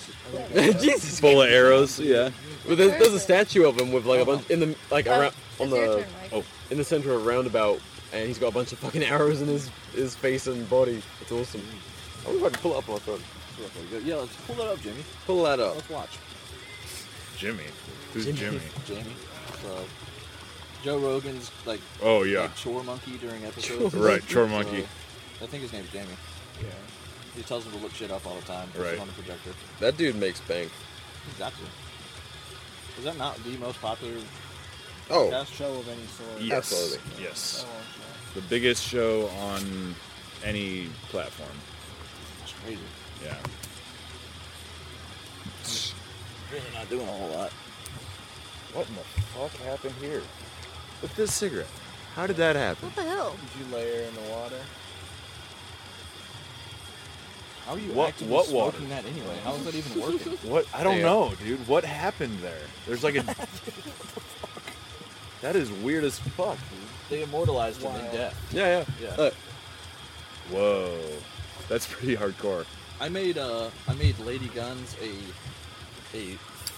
Jesus.
Full of arrows. Yeah.
But there's, there's a statue of him with like a bunch in the like
Oh,
around on
it's your
the
turn, Mike.
Oh.
in the center of a roundabout, and he's got a bunch of fucking arrows in his his face and body. It's awesome. I wonder if I can pull it up on my phone.
That's really good. Yeah, let's pull that up, Jimmy.
Pull that up.
Let's watch.
Jimmy. Who's Jimmy?
Jamie. So, Joe Rogan's like,
Oh yeah.
like chore monkey during episodes.
Right, chore monkey.
So, I think his name's Jamie. Yeah. He tells him to look shit up all the time. puts it
Right.
On the projector.
That dude makes bank.
Exactly. Is that not the most popular
Oh,
podcast
Show of any sort.
Yes.
Absolutely.
Yes.
Oh,
The biggest show on any platform.
That's crazy.
Yeah.
Really not doing a whole lot.
What in the fuck happened here? With this cigarette.
How did that happen?
What the hell?
Did you layer in the water?
How are you
What-
actively
what water?
smoking that anyway? How is that even working?
What? I don't
Yeah.
know, dude. What happened there? There's like a. that is weird as fuck, dude.
they immortalized him in
Wild.
death.
Yeah, yeah.
Yeah.
Uh,
Whoa, that's pretty hardcore.
I made uh, I made Lady Guns a a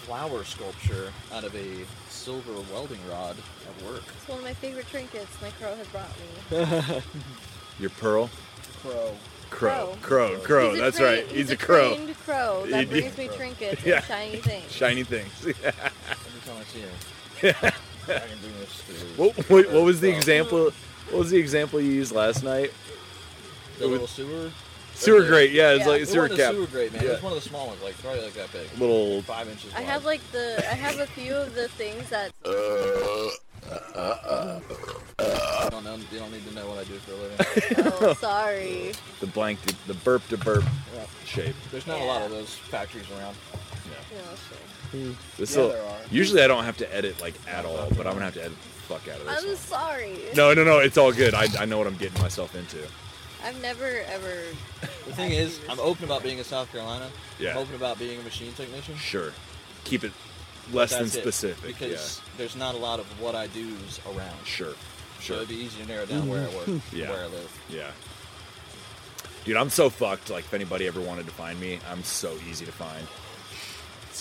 flower sculpture out of a silver welding rod at work.
It's one of my favorite trinkets my crow had brought me.
Your pearl,
Crow.
crow, crow, crow.
He's a
that's
train-
right. He's, a, crow.
trained crow that
He did-
brings me trinkets
Yeah.
and shiny things.
Shiny things.
Every time I see him. I can bring this to you.
what, what, what was the
Crow.
example? What was the example you used last night?
The
It was-
little sewer.
Sewer
the-
grate. Yeah, it's
yeah.
like a
It
sewer
wasn't a
cap.
sewer grate, man. It
Yeah.
was one of the small ones, like probably like that big,
Little.
five inches.
I
wide.
have like the I have a few of the things that
You don't, know, you don't need to know what I do for a living.
oh sorry.
The blank. to- The burp to burp
Yeah.
shape.
There's not a lot of those factories around.
No, sure.
This
Yeah,
will-
there are.
Usually I don't have to edit like at all, but I'm gonna have to edit the fuck out of this.
I'm
one.
sorry.
No, no, no. It's all good. I, I know what I'm getting myself into.
I've never ever
The thing is, I'm open about being in South Carolina.
Yeah.
I'm open about being a machine technician.
Sure. Keep it less than
That's it,
specific.
Because there's not a lot of what I do's
yeah.
around.
Sure.
So
Sure.
it'd be easy to narrow down where I work,
Yeah.
where I live.
Yeah. Dude, I'm so fucked. Like, if anybody ever wanted to find me, I'm so easy to find.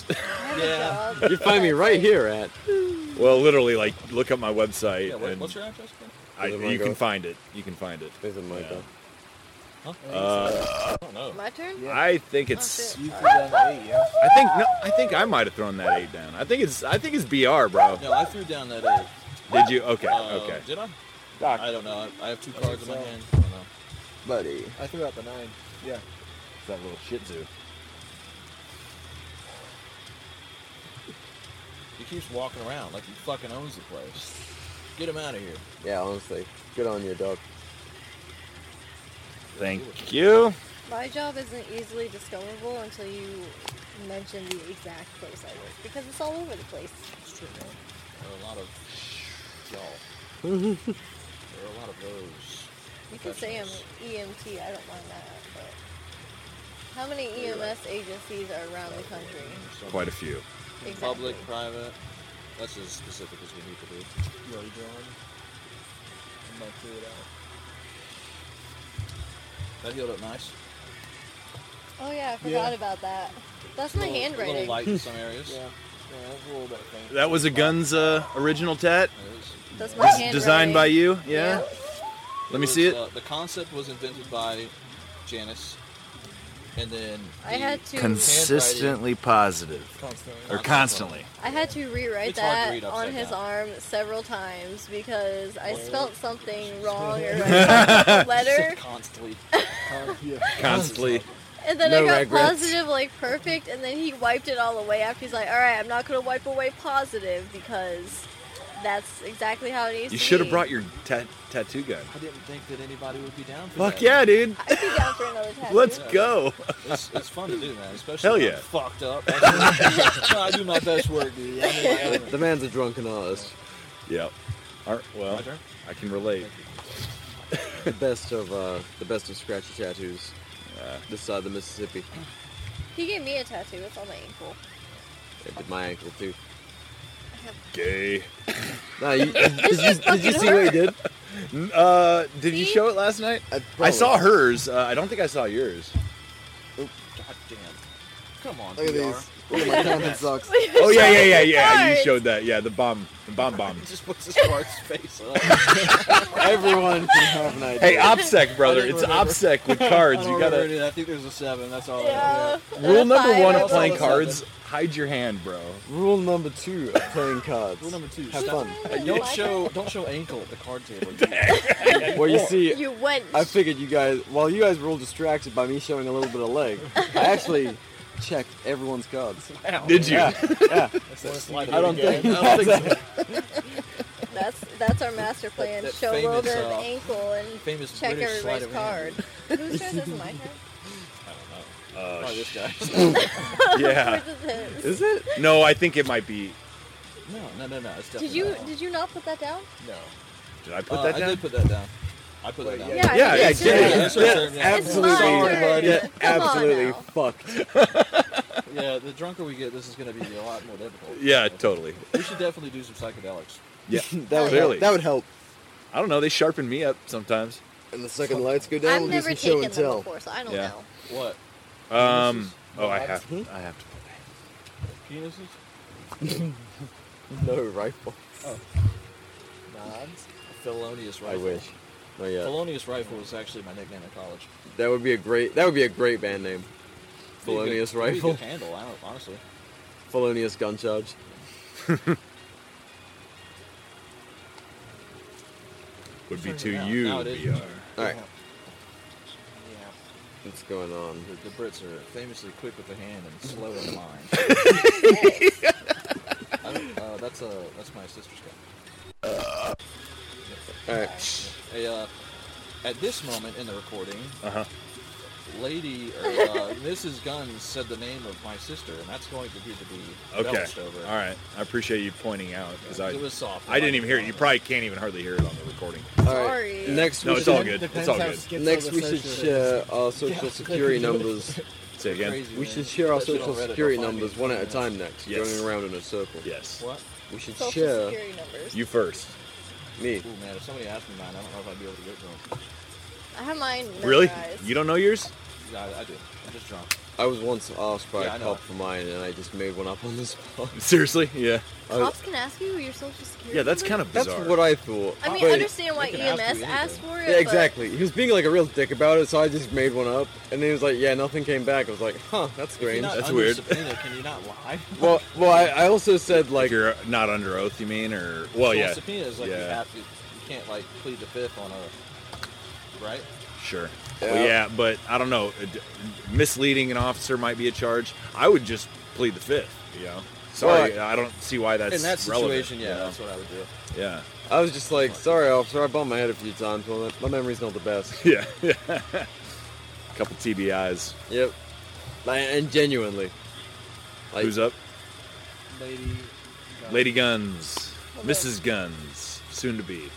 I have
Yeah.
a job.
you find me
that's,
right
like,
here at.
Well, literally, like, look up my website
Yeah, what,
and
what's your address again?
I,
Is it my
you can
go?
find it. You can find it.
Is it Micah?
Yeah.
uh,
I don't know.
My turn?
I think
Oh,
it's.
shit.
You've done eight, yeah?
I think no. I think I might have thrown that eight down. I think it's. I think it's BR, bro.
No, I threw down that eight.
Did you? Okay.
Uh,
okay.
Did I?
Doc.
I don't know. I, I have two cards in my
so.
hand. I don't know.
Buddy.
I threw out the nine. Yeah.
That little Shih Tzu.
He keeps walking around like he fucking owns the place. Get him out of here.
Yeah, honestly. Good on you, dog.
Thank you.
My job isn't easily discoverable until you mention the exact place I work because it's all over the place.
It's true, man. There are a lot of y'all. there are a lot of those.
You can say I'm an EMT, I don't mind that, but how many EMS agencies are around the country?
Quite a few.
Exactly.
Public, private. That's as specific as we need to be.
You already drawn? I might threw it out.
That healed up nice.
Oh yeah, I forgot about that. That's my
Little- A
handwriting.
little light in some areas.
Yeah. Yeah, that's a little bit faint.
That was a Gun's uh, original tat.
It is.
That's my
Des-
handwriting.
designed by you. Yeah. Let me
was,
see it.
Uh, the concept was invented by Janice, and then
I
the-
had to
Consistently
positive
Constantly.
uh,
or constantly.
I had to rewrite
It's hard to
that
read upside
on his
down.
arm several times because I spelt something wrong or a letter,
constantly.
Con- yeah.
Constantly.
and then I
No
got
regrets.
positive like perfect, and then he wiped it all away after he's like, "All right, I'm not gonna wipe away positive because that's exactly how it needs
You
to
should have
be."
brought your ta- tattoo gun.
I didn't think that anybody would be down for
Fuck
that.
yeah, dude.
I could go for another tattoo.
Let's go.
It's, it's fun to do, man. Especially
Hell
when
yeah.
I'm fucked up. no, I do my best work, dude. I mean, like,
The man's a drunken artist.
Yep. All right, well,
My turn?
I can relate.
the best of uh, the best of scratchy tattoos.
Uh,
This side of the Mississippi.
He gave me a tattoo. It's on my ankle.
It did my ankle too.
gay.
Nah, you, did you, did you see what he did?
Uh, did you
See?
show it last night?
I,
I saw hers. Uh, I don't think I saw yours.
God damn. Come on,
Look at
PR.
these. Look at my content socks.
Oh yeah, yeah, yeah, yeah. You
Cards.
showed that. Yeah, the bomb, the bomb, bomb.
Just puts his card's face up.
Everyone can have an idea.
Hey, OPSEC, brother.
I didn't
It's
remember.
OPSEC with
I
cards.
don't
You
remember
gotta.
it. I think there's a seven. That's all. I
Yeah.
have.
Rule number
Five
one
or
of playing
something.
cards: hide your hand, bro.
Rule number two of playing cards.
Rule number two.
Have
stop-
fun.
Hey,
You
don't
like
show don't show ankle at the card table.
Well, you see,
You went.
I figured you guys, while you guys were all distracted by me showing a little bit of leg, I actually checked everyone's cards.
Did you?
Yeah, yeah. I don't think.
I don't think so.
That's that's our master plan.
that
Show a little
famous,
bit of
uh,
ankle and
famous
check
British sleight
everybody's
of
card.
hand.
Who says this is my turn?
Oh, this guy.
Yeah.
Who says this?
Is it?
No, I think it might be.
No, no, no, no. It's
Did
definitely
you
not.
did you not put that down?
No.
Did I put
Uh,
that
I
down?
did put that down. I put that down.
Yeah, I
Yeah, yeah,
think it's
yeah,
yours.
yeah,
yeah,
yeah.
absolutely,
It's mine.
buddy.
yeah,
Come on
absolutely
now.
fucked.
Yeah, the drunker we get, this is going to be a lot more difficult.
Yeah, totally.
We should definitely do some psychedelics.
Yeah,
That would
Really?
help. That would help.
I don't know. They sharpen me up sometimes.
And the second lights go down,
I've
we'll do
never
some show
taken
and
them
tell.
before, so I don't
Yeah.
know.
What?
Um. Oh, I have.
Hmm?
I have to.
Penises?
No rifle.
Nods? Felonious
I
rifle.
wish. Not yet.
Felonious rifle was actually my nickname in college.
That would be a great. That would be a great band name. Felonious
Pretty good- pretty good
rifle.
handle, I don't, honestly.
Felonious gun charge.
Would be
Turn it
to
out.
you.
Now it is.
BR.
All right,
Yeah.
what's going on?
The, the Brits are famously quick with the hand and slow in the mind. I don't- uh, that's uh, that's my sister's guy.
All right,
Hey, uh, at this moment in the recording,
Uh-huh.
Lady or uh, Mrs. Gunn said the name of my sister, and that's going to be to be
Okay.
belched over.
All right. I appreciate you pointing out because I
It was soft.
I didn't even hear it. You probably can't even hardly hear it on the recording.
all right.
Sorry.
Next,
No,
we
it's
should,
all good. It's
Depends
all
how
good.
schizo
Next,
the
we should
social
share our social security numbers.
Say again.
Crazy,
We
man.
should share our
That shit on
social
Reddit,
security
they'll find me.
numbers one at a time next,
Yes.
going around in a circle.
Yes.
What?
We should
Social
share
security numbers.
You first.
me.
Ooh, man, if somebody asked me mine, I don't know if I'd be able to get them.
I have mine.
Really?
memorized.
You don't know yours?
Yeah, I, I do. I'm just drunk.
I was once asked by
Yeah, I
a
know.
cop for mine, and I just made one up on the spot.
Seriously? Yeah.
I-
Cops can ask you your social security.
Yeah, that's
number?
kind of
that's
bizarre.
what I thought.
I mean,
but-
understand why E
can ask you
EMS
anything.
asked for it.
Yeah,
but
exactly. He was being like a real dick about it, so I just made one up, and then he was like, "Yeah, nothing came back." I was like, "Huh, that's
If you're
strange."
not
That's
under
weird.
subpoena, can you not lie?
Well, well, I, I also said
like
like,
you're not under oath, you mean, or
So
well,
a
yeah,
subpoena is like you
Yeah.
have to, you can't like plead the fifth on a, right?
sure,
Yeah.
Well, yeah, but I don't know, It- misleading an officer might be a charge. I would just plead the fifth, you know. Sorry,
Well,
I don't see why that's
In that
relevant,
situation, yeah,
you know?
that's what I would do.
yeah,
I was just like, "Sorry, officer, I bumped my head a few times. Well, my memory's not the best."
yeah, a couple TBIs.
yep. Like, and genuinely, like,
Who's up?
Lady,
Lady Guns,
Hello.
Mrs. Guns, soon to be.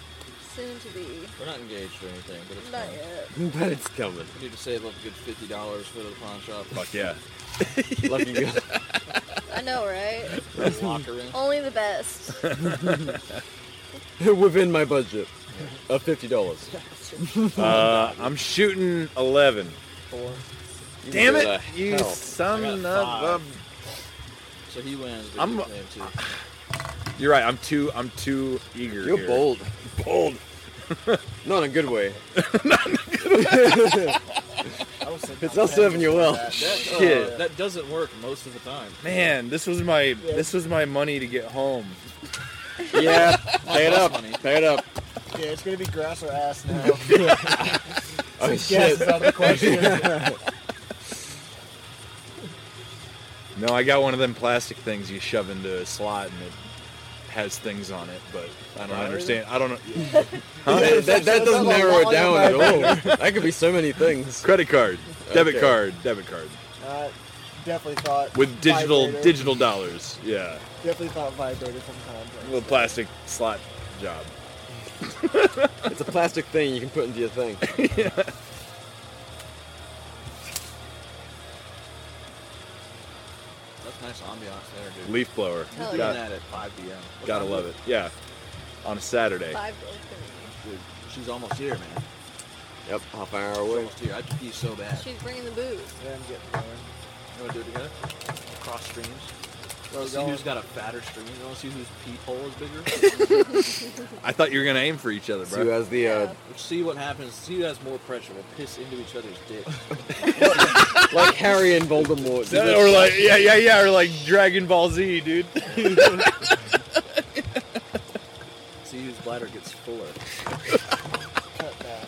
Soon to be.
we're not engaged or anything, but it's
Not
fine.
yet.
but it's coming.
We need to save up a good fifty dollars for the pawn shop.
Fuck yeah,
Lucky you.
I know, right?
Put a locker in.
Only the best.
Within my budget of fifty dollars.
uh, I'm shooting eleven. Damn
uh,
it, you son
I
of
got
a
So he wins. But
I'm-
you win too.
You're right. I'm too. I'm too eager.
You're
here.
bold.
Bold.
Not in a good way.
I don't think
It's
I'm
not serving you well.
That, uh,
Shit.
that doesn't work most of the time.
Man, this was my this was my money to get home.
Yeah, pay it
That's
up.
funny.
Pay it up.
Yeah, it's gonna be grass or ass now.
Oh
Gas
shit.
is out of the question.
No, I got one of them plastic things you shove into a slot and it has things on it, but I don't understand. I don't know.
That, that- that doesn't narrow it
Like
down at
a
all. That could be so many things.
Credit card, debit
Okay.
card, debit card
Uh, definitely thought
with digital
vibrator.
digital dollars. Yeah,
Definitely thought vibrator from complex.
little plastic slot job.
It's a plastic thing you can put into your thing.
That's nice ambiance there, dude.
Leaf blower.
Hell
Doing
yeah.
Got,
that at 5 p.m.
gotta love it. Yeah, on a Saturday.
Five open.
Dude, she's almost here, man.
Yep, half an hour
She's
away.
almost here. I could pee so bad.
She's bringing the booze.
Yeah, I'm getting going.
You want to do it together? Cross streams.
Where we
See
going?
who's got a fatter stream. You want to see whose peephole is bigger?
I thought you were gonna aim for each other,
See who
bro.
has the uh,
see what happens. See who has more pressure. We'll piss into each other's dicks.
like Harry and Voldemort.
Yeah, Or like, yeah, yeah, yeah, or like Dragon Ball Z, dude.
see whose bladder gets fuller.
Cut that.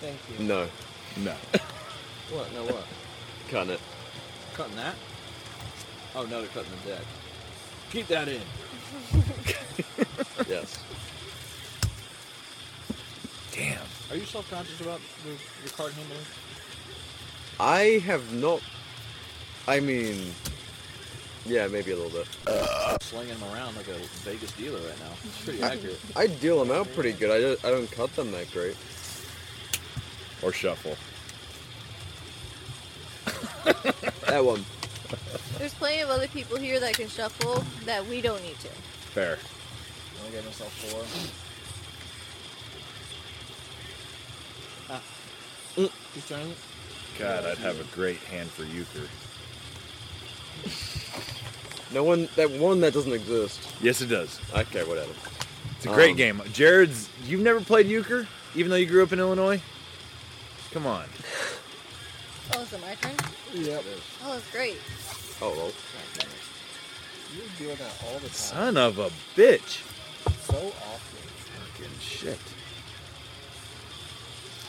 Thank you.
No,
No.
What? No, what?
cut it.
Cutting that? Oh, no, they're cutting the dick. Keep that in.
Yes.
Damn.
Are you self-conscious about your, your card handling?
I have not. I mean, Yeah, maybe a little bit.
Slinging them around like a Vegas dealer right now. It's pretty accurate.
I deal them out pretty good. I don't, I don't cut them that great.
Or shuffle.
That one.
There's plenty of other people here that can shuffle that we don't need to.
I
Fair.
only gave myself four.
Ah.
Mm.
Whose turn is it?
God, I'd have a great hand for euchre.
No one. That one that doesn't exist.
Yes, it does.
Okay, whatever.
It's a great
Um,
game. Jared's. You've never played euchre, even though you grew up in Illinois. Come on.
Oh, is it my turn?
Yep.
Oh, that's great.
Oh well.
You do that all the time.
Son of a bitch.
So often.
Fucking shit.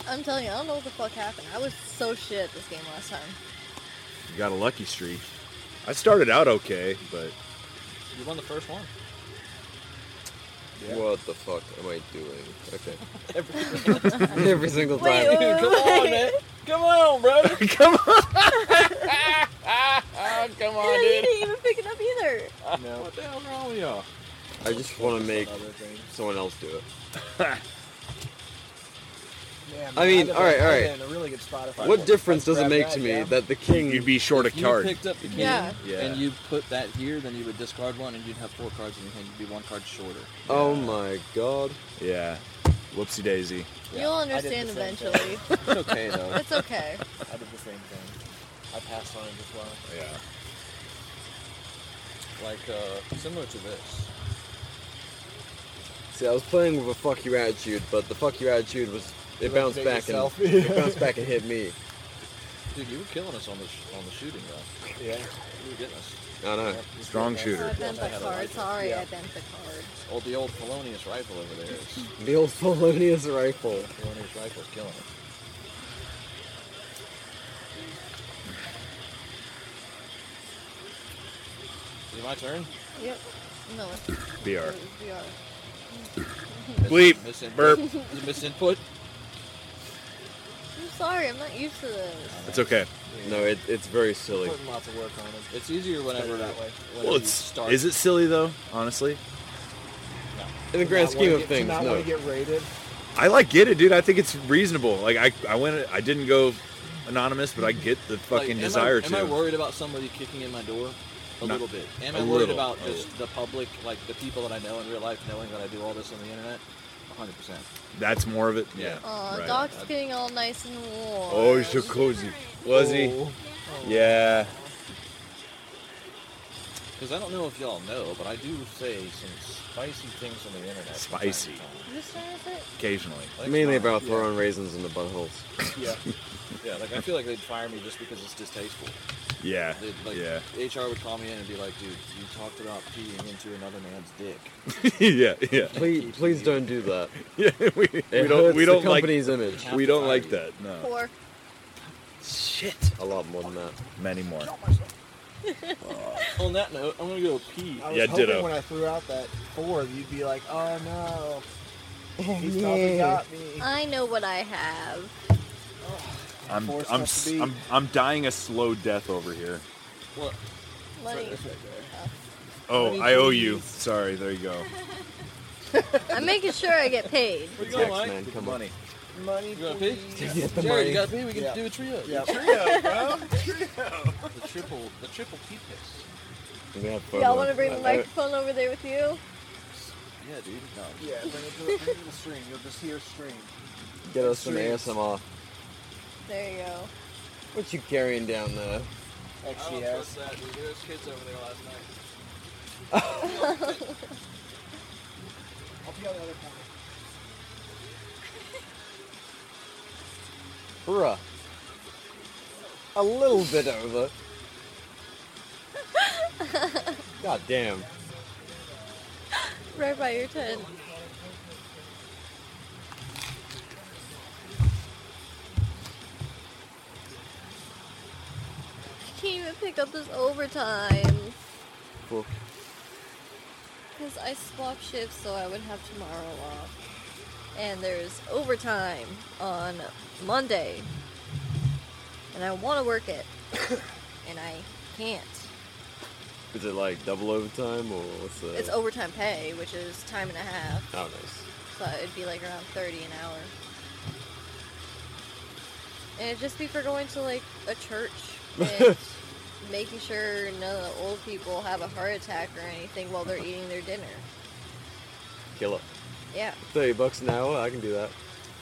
I'm telling you, I don't know what the fuck happened. I was so shit at this game last time.
You got a lucky streak. I started out okay, but
You won the first one.
What the fuck am I doing? Okay. Every single time.
Come on, man. Come on, bro.
come on.
Come
And then you didn't even pick it up either.
No.
What the hell's wrong with y'all?
I just want to make
Other things.
someone else do it.
Man,
I mean,
I'd have
all right,
been
all
In
right.
a really good spot if I
What
would've
difference does it
grabbed
make to me
yeah.
that the king?
You'd be short a
If you
card.
picked up the king
Yeah.
Yeah.
and you put that here, then you would discard one and you'd have four cards in your hand. You'd be one card shorter.
Oh my god.
Yeah. Whoopsie daisy.
You'll
I did the
understand
same thing.
eventually.
It's okay, though.
it's okay.
I did the same thing. I passed on it as well.
Yeah.
like, uh, similar to this.
See, I was playing with a fuck you attitude, but the fuck you attitude was it
You
bounced
like to
back
make yourself-
and it bounced back and hit me.
Dude, you were killing us on the, sh- on the shooting, though.
Yeah.
You were getting us.
I know.
Strong
Oh,
shooter.
I bent the card. Sorry,
Yeah.
I bent the card.
Oh, the old felonious rifle over there. Is,
The old felonious rifle.
felonious rifle's killing us. Is it my turn?
Yep. No, it's
BR.
it was VR.
Bleep.
Miss
Burp.
Is it miss input?
I'm sorry, I'm not used to this.
It's okay.
No, it, it's very silly.
Putting lots of work on it.
It's easier whenever
Better that way.
whenever
Well,
you
it's.
start.
Is it silly though? Honestly,
In the grand
Not
scheme
wanna
of
get-
things,
to not
no.
want to get rated.
I like get it, dude. I think it's reasonable. Like I, I went. I didn't go anonymous, but I get the
Like,
fucking
am I-
desire
Am
to.
I worried about somebody kicking in my door? A
Not-
little bit. Am I
a
worried
little,
about
a
just the public, like the people that I know in real life, knowing that I do all this on the internet? 100. percent
That's more of it.
Yeah.
Aw,
Right.
dog's getting all nice and warm.
Oh, he's so cozy. Was he?
Oh.
Yeah.
Because I don't know if y'all know, but I do say some spicy things on the internet. from time to
Spicy.
time.
Whose turn is it?
Occasionally.
Like,
Mainly
fine.
about throwing raisins in the buttholes.
Yeah. yeah. Like I feel like they'd fire me just because it's distasteful.
Yeah.
They'd, like,
yeah.
HR would call me in and be like, "Dude, you talked about peeing into another man's dick."
yeah. Yeah.
Please, please don't do that.
Yeah. We,
It
we don't.
hurts
We don't
the
like.
company's image.
We don't like that. No.
Four.
Shit.
A lot more than that.
Many more.
On that note, I'm gonna go pee.
I was
Yeah,
hoping
ditto.
when I threw out that four, you'd be like, oh no. He's probably got me.
I know what I have.
I'm.
Forced
I'm.
us
s-
to be.
I'm. I'm dying a slow death over here.
What?
Let me.
Oh, I owe you. Sorry. There you go.
I'm making sure I get paid.
Where you going,
Next
Mike?
man, come on.
Money.
Money,
You gonna
please.
pee? Jared, you gotta pee. We can
Yeah.
do a trio.
Yeah.
The triple, the triple pee piss.
I'm gonna have fun
Y'all
with
want to
it.
bring the
I-
microphone over there with you?
Yeah, dude. No.
Yeah, bring it, to the, bring it to the stream. You'll just hear stream.
Get us some
Streams.
ASMR.
There you go.
What you carrying down there?
XGS.
that, dude. There was kids over there last night.
I'll be on the other corner.
Bruh. A little bit over. God damn.
Right by your tent. He can't even pick up his overtime.
Fuck.
Because I swap shifts so I would have tomorrow off. And there's overtime on Monday. And I want to work it. and I can't.
Is it like double overtime or what's the?
It's overtime pay, which is time and a half,
Oh, nice.
so it'd be like around thirty an hour. And it'd just be for going to like a church and making sure none of the old people have a heart attack or anything while they're eating their dinner.
Killer.
Yeah,
Thirty bucks an hour. I can do that.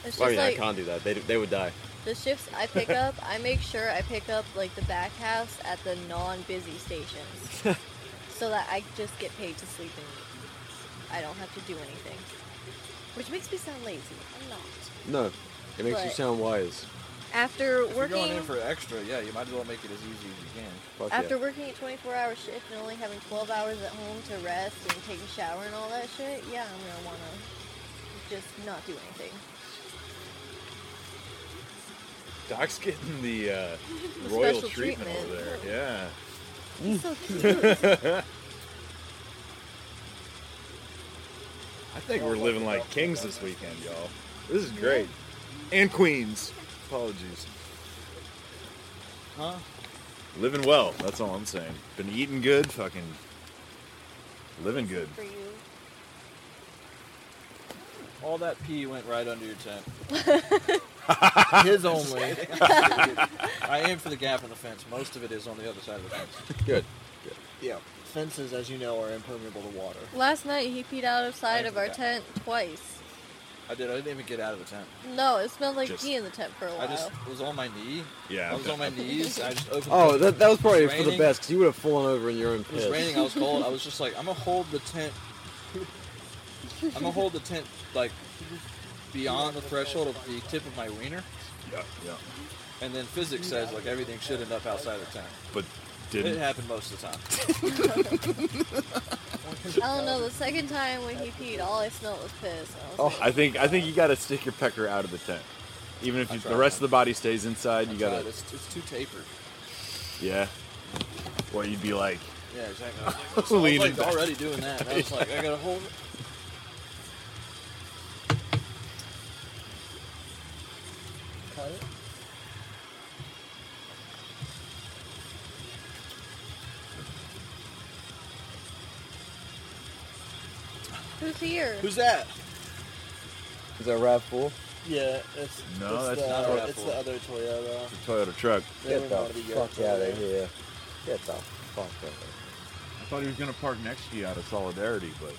it's just
Well, I mean,
like
I can't do that. They they would die.
the shifts I pick up. I make sure I pick up like the back halves at the non-busy stations, so that I just get paid to sleep and eat. I don't have to do anything, which makes me sound lazy. I'm not.
No, it makes you
But-
sound wise.
After
If
working
you're going in for extra, yeah, you might as well make it as easy as you can.
Fuck
after
yeah.
working a 24-hour shift and only having 12 hours at home to rest and take a shower and all that shit, yeah, I'm gonna wanna just not do anything.
Doc's getting the uh,
The
royal
special
treatment, over there.
treatment.
Yeah.
It's so cute.
I think we're living like kings this weekend, y'all. This is great. And queens. Apologies.
Huh?
Living well. That's all I'm saying. Been eating good. Fucking living good.
for you.
All that pee went right under your tent. His only. I aim for the gap in the fence. Most of it is on the other side of the fence.
Good.
Yeah. Fences, as you know, are impermeable to water.
Last night he peed outside
I
of our
forgot.
tent twice.
I did. I didn't even get out of the tent.
No, it smelled like
Just-
pee in the tent for a while.
I just was on my knee.
Yeah.
I was on my knees. I just opened.
Oh,
the
that, that was probably
It's
for the
raining.
best because you would have fallen over in your own
It was
piss.
raining. I was cold. I was just like, I'm gonna hold the tent. I'm gonna hold the tent like beyond the threshold of the tip of my wiener,
Yeah. Yeah.
and then physics says like everything should end up outside the tent.
But
It
didn't.
happened most of the time.
I don't know. The second time when he peed, all I smelled was piss. and I was
Oh,
like,
I think I think you got to stick your pecker out of the tent. Even if you, the
tried,
rest of
man.
the body stays inside, you
I
got
tried.
to.
It's, it's too tapered.
Yeah. Or you'd be like,
Yeah, exactly. I was like, so I was,
Leaning
like
back.
already doing that. and I was like, I gotta hold. it.
Cut it.
Who's here?
Who's that?
Is that Rav Four?
Yeah, it's
No,
it's
that's
the,
not a
it's
raffle.
the other Toyota.
Toyota truck.
They were not to be yours, Toyota.
here. Get the fuck out
I thought he was gonna park next to you out of solidarity, but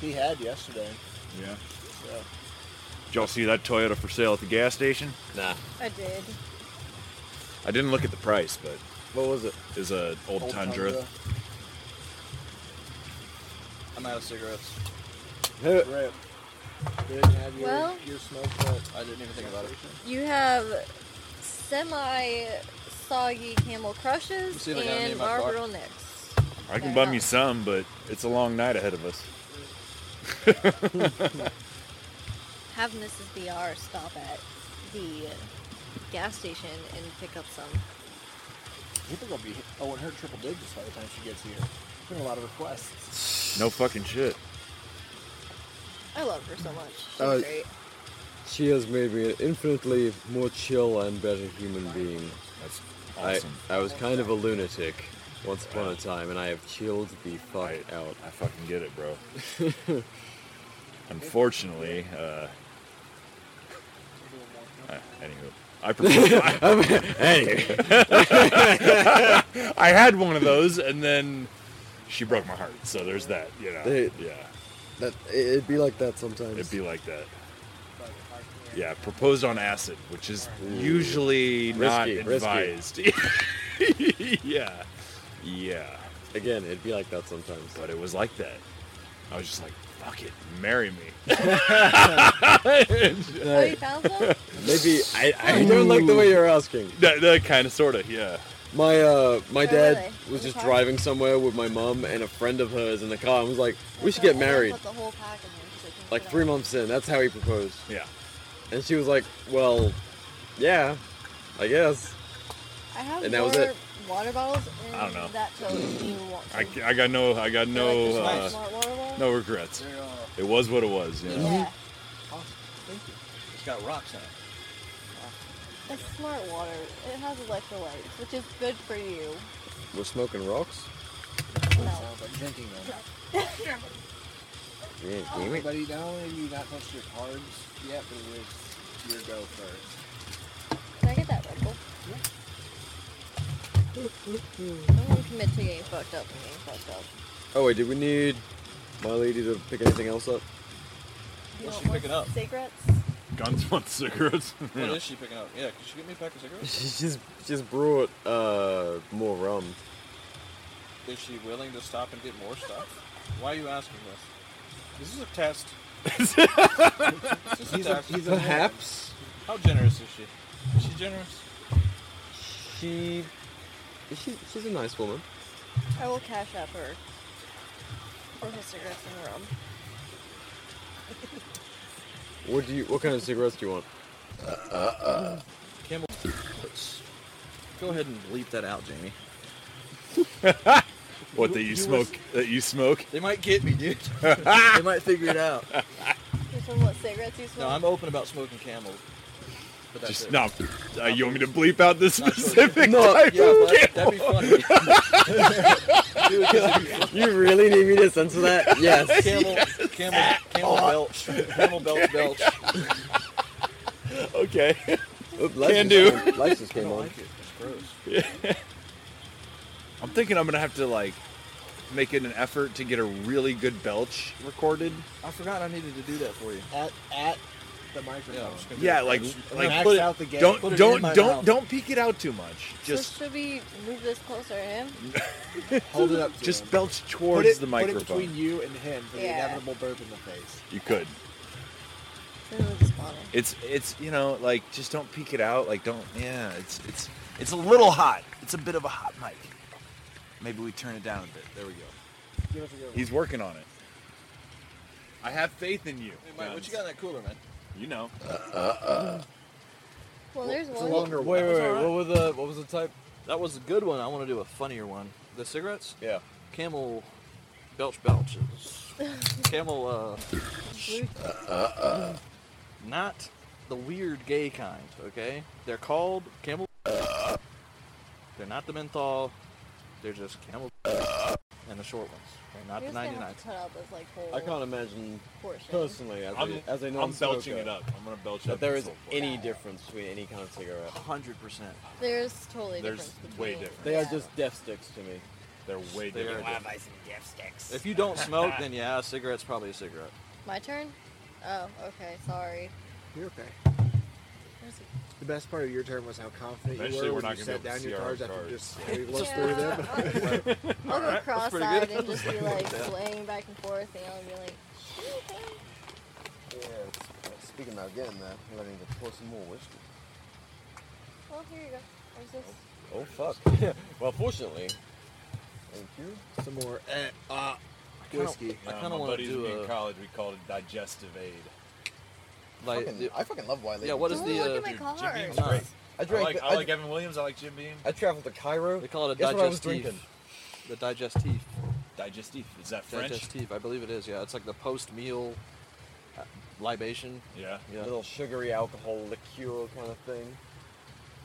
He had yesterday.
yeah.
So.
Did y'all see that Toyota for sale at the gas station?
of here. Nah.
I did.
I didn't look at the price, but
What was it?
it's a old,
Old
Tundra.
Tundra.
I'm out of cigarettes.
Rip. They didn't have your,
Well-
your smoke but
I didn't even think about it.
You have semi soggy camel
You
crushes
see the guy named
and
my car?
Marlboro Nicks.
I can
Fair
bum you
enough.
some, but it's a long night ahead of us.
Have Mrs. BR stop at the gas station and pick up some.
people gonna be owing her triple digits by the time she gets here. Been a lot of requests.
No fucking shit.
I love her so much. She's
Uh,
great.
She has made me an infinitely more chill and better human being.
That's awesome.
I, I was kind of a lunatic once upon a time, and I have chilled the fuck
Right.
out.
I, fucking get it, bro. Unfortunately, uh, uh, anywho, I proposed. I, I had one of those, and then she broke my heart. So there's that. You know,
They-
yeah,
That it, would be like that sometimes.
it'd be like that. Yeah, proposed on acid, which is usually not
Risky, risky.
advised. yeah, yeah.
Again, it'd be like that sometimes.
but it was like that. I was just like, fuck it, marry me.
oh, you found some?
Maybe I, I don't like the way you're asking.
that kind of, sort of, yeah.
My uh, my
Oh,
dad
really?
was
In the
just
car?
driving somewhere with my mom and a friend of hers in the car, and was like, "We should
So I
get married."
Put the whole pack in there 'cause I couldn't
Like
fit
three
all-
months in, that's how he proposed,
Yeah.
and she was like, "Well, yeah, I guess."
I have
and that
more
was it.
water bottles in
I don't know.
that tote if you want
I,
some.
I got no, I got no,
They're like the
uh,
smart water bottle.
no regrets.
They're uh,
It was what it was, you know?
Yeah,
awesome. Thank you.
It's got rocks in it.
that's smart water. It has electrolytes, which is good for you.
We're smoking rocks.
No, but drinking them.
Yeah, damn it.
But you not only have you not touched your cards yet, but it was your go first.
Can I get that Red Bull? I'm gonna commit to getting fucked up and getting fucked up.
Oh wait, did we need my lady to pick anything else up?
You
What's
don't
she
want
picking up?
Cigarettes?
Guns want cigarettes.
What is she picking up? Yeah, could she get me a pack of cigarettes?
She just she just brought uh more rum.
is she willing to stop and get more stuff? Why are you asking this? This is a test. this is a test.
Perhaps
How generous is she? Is she generous?
she is she she's a nice woman.
I will cash app her. Or her cigarettes and rum.
What do you what kind of cigarettes do you want?
Campbell. Let's go ahead and bleep that out, Jamie.
What that you, smoke? That you smoke?
They might get me, dude. they might figure it out.
Which one? What cigarettes you
No,
smoke?
I'm open about smoking camel. But that's
Just
it.
not. Uh, you want me to bleep out this
Not sure.
specific?
No,
type?
Yeah, but that'd be funny. Dude, 'cause
You really need me to censor that? Yes.
camel, camel, camel belch, camel belch, belch.
Okay.
Oop, lights
Can
just- Lights just
I
came
don't
on.
like it. It's gross.
I'm thinking I'm gonna have to like make it an effort to get a really good belch recorded.
I forgot I needed to do that for you.
At, at the
Yeah, I'm
microphone.
just gonna do
Yeah,
it.
like like
Max
put it,
out the game.
don't
Put it in
don't
my
don't
mouth.
don't peek it out too much. Just
so should we move this closer to him?
Hold it up to
just
him.
belch
Put
towards
it,
the
Put it between
microphone.
you and him for the
Yeah.
inevitable burp in the face.
You could.
Then we'll just bother.
It's it's you know like just don't peek it out. Like don't yeah. It's it's it's a little hot. It's a bit of a hot mic. Maybe we turn it down a bit. There we go.
Give us a good
He's working on it. I have faith in you.
Hey, Mike, what
Guns.
you got in that cooler, man?
You know.
Well, there's
It's a
one.
longer
Wait,
one.
wait, wait. What
was the what was the type?
That was a good one. I want to do a funnier one. The cigarettes?
Yeah.
Camel belch belches. Camel, uh, not the weird gay kind, okay? They're called camel. They're not the menthol. They're just camel. And the short ones. They're not
You're
the
just
99.
gonna have to cut out this like whole
I can't imagine
portion.
personally as
I'm,
a, as a
I'm
non-smoker
belching it up. I'm gonna belch it
that
up.
there
this
is
whole place.
any difference between any kind of cigarette.
100%.
There's totally
There's
difference
way
between-
different.
They are
Yeah.
just death sticks to me.
They're way
They
different.
are different. If you don't smoke, then yeah, a cigarette's probably a cigarette.
My turn? Oh, okay, sorry.
You're okay.
Where's it?
The best part of your turn was how confident
Eventually,
you
we're
were
not
when you
gonna
set
be able
down
to
your
see our
cards after
cards.
you just we looked
Yeah.
through them.
I'll go
that's pretty
cross-eyed
good.
and just be like swaying back and forth, and I'll be like, "Okay."
Speaking about getting that, we're going to pour some more whiskey.
well, "Oh, here you go. There's this.
Oh fuck. well, fortunately,
Thank you. Some more eh, ah,
kinda-
whiskey.
I
Uh,
kind
my
of want to
buddies
do
in
a
college. We called it digestive aid.
like
Fucking- I fucking love Wiley.
yeah. What is
Don't
the
look
uh,
at my
dude,
cards.
Jimmy was
Nah.
great.
I
I
drank.
like, I like Evan Williams. I like Jim Beam.
I traveled to Cairo.
They call it a
Guess what I was
digestive.
drinking?
The digestive.
Digestif. Is that French?
Digestive. I believe it is. Yeah, it's like the post-meal uh, libation.
Yeah.
Yeah.
little sugary alcohol liqueur kind of thing.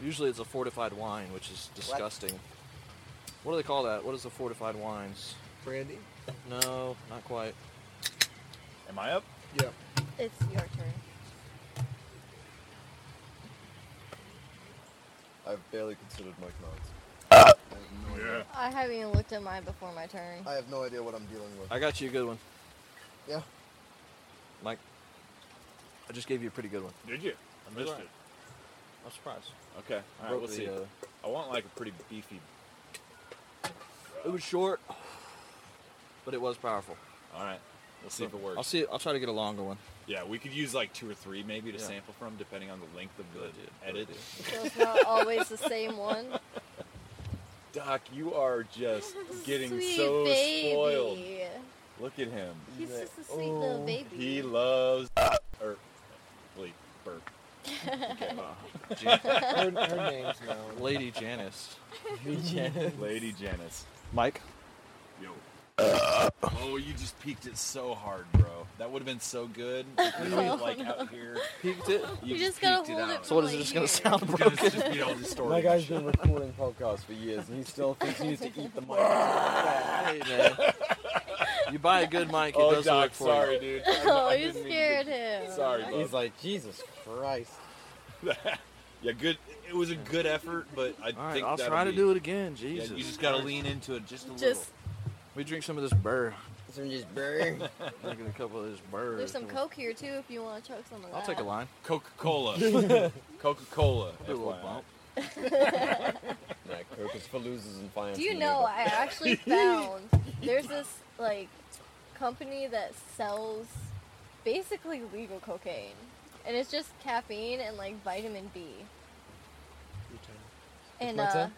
Usually it's a fortified wine, which is disgusting. What do they call that? What is the fortified wines?
Brandy?
No, not quite.
Am I up?
Yeah.
It's your turn.
I've barely considered my cards.
Yeah.
I haven't even looked at mine before my turn.
I have no idea what I'm dealing with.
I got you a good one,
yeah.
Mike. I just gave you a pretty good one.
Did you? I missed
Right.
it.
I'm surprised.
Okay. All right.
Broke
We'll
the,
see.
uh,
I want like a pretty beefy.
It was short, but it was powerful.
All right. We'll see if it works.
I'll see. I'll try to get a longer one.
Yeah, we could use like two or three maybe to
Yeah.
sample from, depending on the length of the
Good idea.
edit.
Good
So it's not always the same one.
Doc, you are just getting
Sweet
so
baby.
spoiled. Look at him.
He's just a sweet little baby.
He loves or bleep burp. uh,
Her, her name's known.
Lady Janice.
Lady Janice.
Mike.
Yo. Oh, you just peeked it so hard, bro. That would have been so good. if we did, like out here.
Peeked it.
You, just
peeked
gotta hold
out.
it.
So what
for,
is it
like,
just gonna
here.
sound
It's
broken?
gonna just be all distorted.
My guy's been recording podcasts for years, and he still thinks he needs to eat the mic.
hey man. You buy a good mic, it
Oh,
does the
Doc,
work for
sorry,
you.
dude.
Oh, you scared him.
Sorry, bud.
He's like, Jesus Christ.
Yeah, good. It was a good effort, but
All
I
right,
think
I'll
that'll
try to
be-
do it again.
Yeah,
Jesus.
you just gotta lean into it just a little.
Just
We drink some of this burr.
Some just burn.
Drinking a couple of this burr.
there's some coke here too if you want to chuck some of that.
I'll take a line.
Coca Cola. Coca Cola.
Do a little bump.
nah, Coke is for losers and finance.
Do you know I actually found there's this like company that sells basically legal cocaine, and it's just caffeine and like vitamin B. And
my
uh,
turn?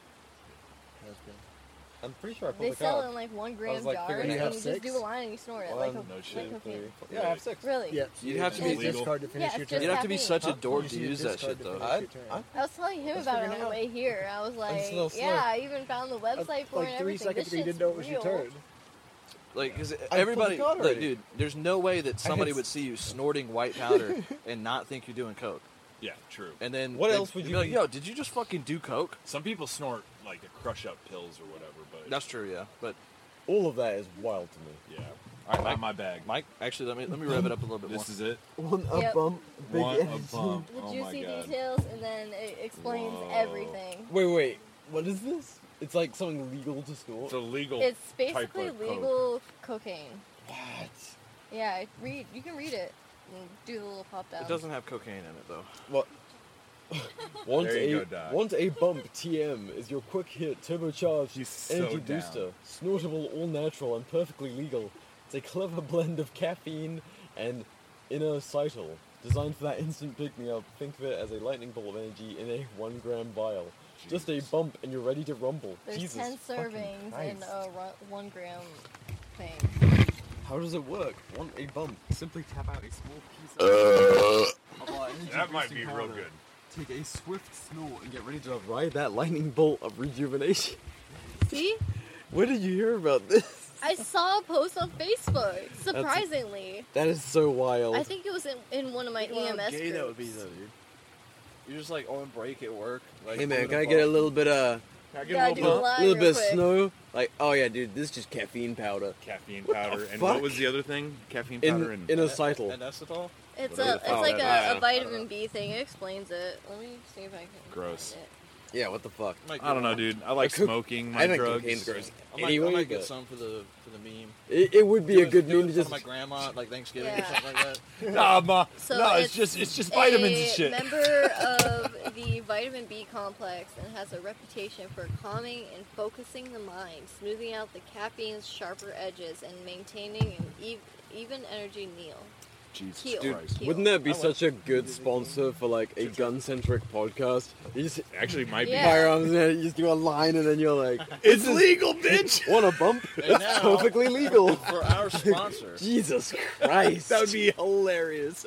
I'm pretty sure I pulled
they
the
sell
card.
it in like one
I
gram
was, like,
jars,
figuring
and
it
you
out.
just
Six?
do a line and you snort it like,
One,
a,
no
like
shit,
cocaine.
Yeah, I have six.
Really?
Yeah,
You'd have to
use
be
your
legal.
discard to finish
Yeah,
your
it's just
turn.
You'd have to be
caffeine.
such a dork
You
to
should
use that shit
discard to
though.
finish
I-
your turn.
I-
I was telling him
Let's
about it
figure
on
it
the
out.
way here. I was like,
little slow.
yeah, I even found the
Uh,
website for it
like
and
three
everything.
seconds
This
and he
shit's
didn't know it was
real.
your turn.
Like, cause
I
everybody,
forgot
like,
already.
dude, there's no way that somebody
had
would
s-
see you snorting white powder and not think you're doing coke.
Yeah, true.
And then
What
they'd-
else would
they'd
you
be like?
be-
Yo, did you just fucking do coke?
Some people snort like the crush up pills or whatever, but
That's true, yeah. But
All of that is wild to me.
yeah. All right, not my bag.
Mike, actually, let me let me rev it up a little bit
This
more.
is it.
One up
Yep.
bump, big
One a
energy.
bump.
The
Oh my
juicy
god.
details, and then it explains
Whoa.
everything.
Wait, wait. What is this? It's like something legal to store.
It's illegal.
It's
type
basically
of
legal cocaine. Yeah, it- read. You can read it. And do the little pop down.
It doesn't have cocaine in it though.
What? Want
There you
a
go, Doc.
want a bump TM is your quick hit turbocharged
He's so
energy
down.
booster, snortable, all natural, and perfectly legal. It's a clever blend of caffeine and inner cytal, designed for that instant pick me up. Think of it as a lightning bolt of energy in a one gram vial. Just a bump, and you're ready to rumble.
There's
Jesus
ten
fucking
servings
Christ.
in a ru- one gram thing.
How does it work? Want a bump? Simply tap out a small piece. of
That might be real good.
Take a swift snort and get ready to ride that lightning bolt of rejuvenation.
See,
Where did you hear about this?
I saw a post on Facebook. Surprisingly,
That is so wild.
I think it was in, in one of my E EMS groups.
dude. You're just like on break at work. Like,
hey man,
living
can I
above.
get a little bit of
I
Gotta do a
a
line real
little bit of
quick.
snow? Like, oh yeah, dude, this is just caffeine powder
Caffeine
the
powder and what
fuck?
was the other thing? Caffeine powder
in
and
in a cycle.
An acetal?
It's
Whatever
a
the
it's
fuck
like
that
is.
a,
Yeah.
a vitamin B thing. It explains it. Let me see if I can.
Gross.
find it.
Yeah, what the fuck?
I don't know, dude. I like
I cook-
smoking my
I think
drugs.
cocaine's gross.
I might, I
Anyway,
might get
but
some for the for the meme.
it, it would be a
Do it-
good
do it
meme
in
to
front of
just.
my grandma at like Thanksgiving or
Yeah.
something like that.
Nah, ma.
So
no, it's,
it's
just it's just vitamins
a
and shit.
member of the vitamin B complex and has a reputation for calming and focusing the mind, smoothing out the caffeine's sharper edges, and maintaining an ev- even energy meal.
Jesus
Keel.
Christ.
Keel.
Wouldn't that be such a good sponsor for like a gun-centric podcast? You just
Actually, might
Yeah.
be.
firearms and you just do a line and then you're like, it's legal, bitch. Want a bump?
And now-
That's perfectly legal.
For our sponsor,
Jesus Christ.
That would be hilarious.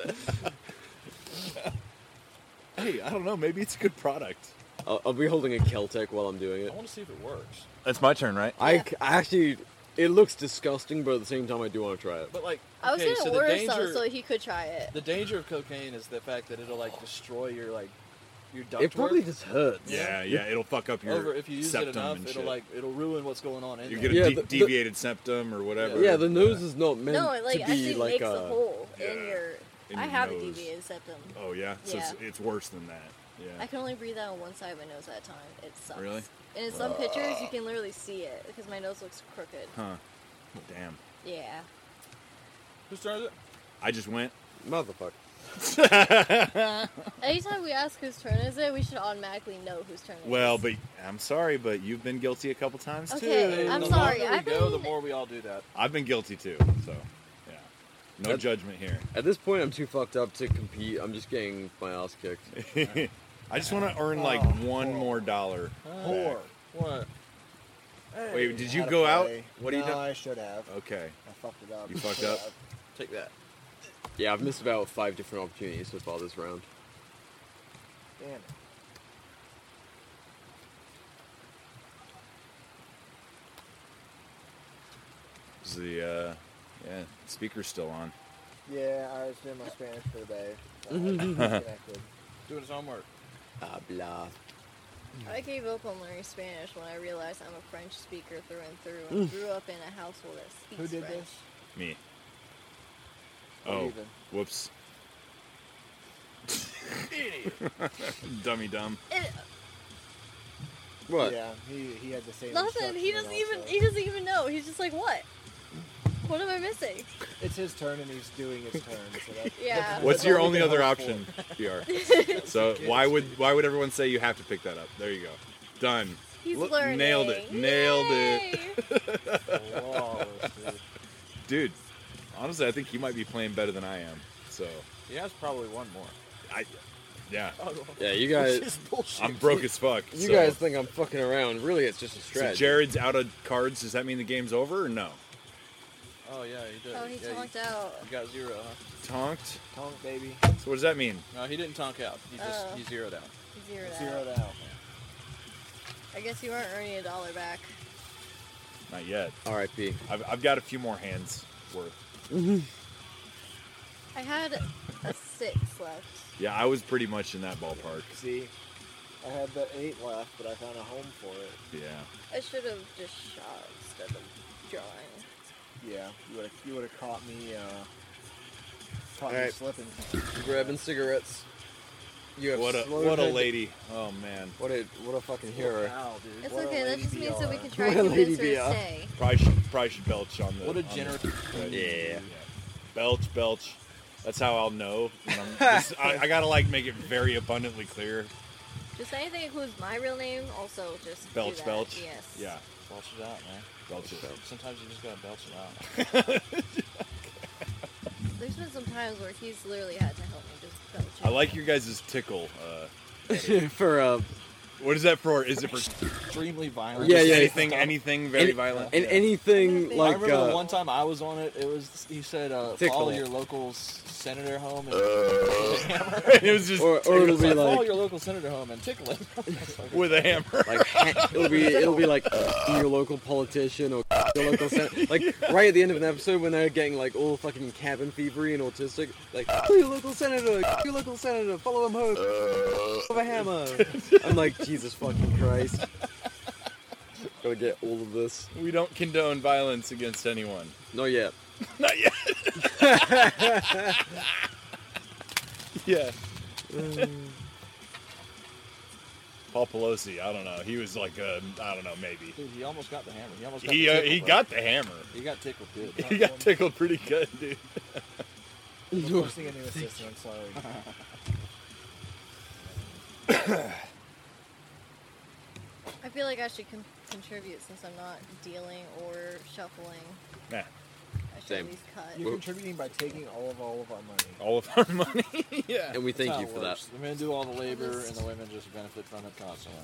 hey, I don't know. Maybe it's a good product.
I'll, I'll be holding a Keltec while I'm doing
I
it.
want to see if it works.
That's my turn, right?
I, c- I actually, it looks disgusting, but at the same time, I do want to try it.
But like,
I was
okay,
gonna
so the
order
danger,
some so he could try it.
the danger of cocaine is the fact that it'll like destroy your like your ductwork.
It probably just hurts.
Yeah, yeah. It'll fuck up your
over if you use it
septum
enough,
and
it'll
shit.
like it'll ruin what's going on in
you
there.
get a
Yeah,
de-
the- the-
deviated septum or whatever.
Yeah, the nose is not meant
No, it like
to be
actually
like
makes
uh, a.
a hole
yeah,
in your.
in
I
your
have
nose.
a deviated septum.
Oh yeah, so it's,
Yeah.
it's worse than that. Yeah.
I can only breathe out on one side of my nose at a time. It sucks.
Really?
And in some pictures, you can literally see it because my nose looks crooked.
huh. Damn.
Yeah.
Who started it?
I just went.
Motherfucker.
Anytime we ask whose turn is it, we should automatically know whose turn it is.
Well, but I'm sorry, but you've been guilty a couple times
Okay.
too.
I'm
the
sorry,
longer we
I've
go, the
been-
more we all do that.
I've been guilty too. So, yeah. No
That-
judgment here.
At this point, I'm too fucked up to compete. I'm just getting my ass kicked.
I just want to earn like
Oh,
one more dollar.
Whore. What?
back. Wait, did you
Atta
go out?
boy.
What are you
No,
doing?
I should have.
Okay.
I fucked it up.
You fucked up?
Take that.
Yeah, I've missed about five different opportunities so far this round.
Damn it.
Is the uh, yeah speaker's still on?
Yeah, I was doing my Spanish for the day. so I was disconnected.
Doing his homework. Ah,
Habla.
I gave up on learning Spanish when I realized I'm a French speaker through and through and
Mm.
grew up in a household that speaks
Who did
French.
this?
Me.
What
oh,
even?
whoops. Dummy dumb.
It,
What?
Yeah, he, he had the same.
nothing. He
instruction
doesn't
and
even
also-
he doesn't even know. He's just like, what? What am I missing?
It's his turn and he's doing his turn. So that's,
Yeah.
that's-
What's
that's
your
all we
only
can
other
hope for.
option, BR? so why would why would everyone say you have to pick that up? There you go. Done.
He's
Look,
learning. Oh,
Nailed it. Nailed it.
Flawless, dude.
dude, honestly, I think you might be playing better than I am. So
He has probably one more.
I, yeah,
Oh,
Yeah, you guys.
I'm broke as fuck.
You
so-
guys think I'm fucking around? Really, it's just a
So
stretch.
Jared's out of cards. Does that mean the game's over or no?
Oh yeah, he did.
Oh, he
yeah, you-
talked out.
You got zero, huh?
Tonked.
Tonk, baby.
So what does that mean?
No, he didn't tonk out. He just
Oh.
he zeroed out.
Zeroed out.
Zeroed out.
I guess you aren't earning a dollar back.
Not yet.
R.I.P.
I've, I've got a few more hands worth.
I had a six left.
Yeah, I was pretty much in that ballpark.
See, I had the eight left, but I found a home for it.
Yeah.
I should have just shot instead of drawing.
Yeah, you would have you would have caught me. Uh, caught me
Alright.
slipping.
Grabbing cigarettes. You have
What a
slowed
what a
her-
lady. Oh man.
What a what a fucking hero.
Wow, dude.
It's
What a
okay. That
lady
just means that we
BR.
can try to
What a
convince her
lady
to
BR.
stay.
Probably should, probably should belch on the.
What a
on the-
generous-
but-
Yeah.
Belch, belch. That's how I'll know. when I'm- this- I, I gotta like make it very abundantly clear.
Just anything includes my real name. Also, just do
Belch,
that.
belch.
Yes.
Yeah.
Belch it out, man.
Belch it.
Sometimes you just gotta belch it out.
There's been some times where he's literally had to help me just belch.
I like your guys' tickle. Uh,
for uh,
what is that for? Is it for
Extremely violent.
Yeah,
just
yeah.
anything? Anything very
Any-
violent?
and anything
I
I
like
remember
uh,
the one time I was on it. It was he said uh,
Tickle.
follow your local s- senator home. And,
it was just
or, or it'll
It's
be
like, follow
like
your local senator home and tickle him.
with a hammer.
like ha- it'll be it'll be like uh, your local politician or your local sen- like right at the end of an episode when they're getting like all fucking cabin fevery and autistic like your local senator your local senator follow him home with a hammer I'm like Jesus fucking Christ gotta get all of this
We don't condone violence against anyone.
not yet
Not yet. yeah. Paul Pelosi, I don't know. He was like, uh, I don't know, maybe.
Dude, he almost got the hammer. He almost got.
He
the
uh,
tickle,
he
bro.
got the hammer.
He got tickled, dude.
He got tickled pretty good, dude.
I'm forcing a new assistant. I'm sorry.
I feel like I should con- contribute since I'm not dealing or shuffling.
Nah,
I should
Same.
at least cut.
You're contributing by taking all of all of our money.
all of our money. yeah.
and we
That's
thank
how
you
it
for
works.
that
The men do all the labor, and the women just benefit from it constantly.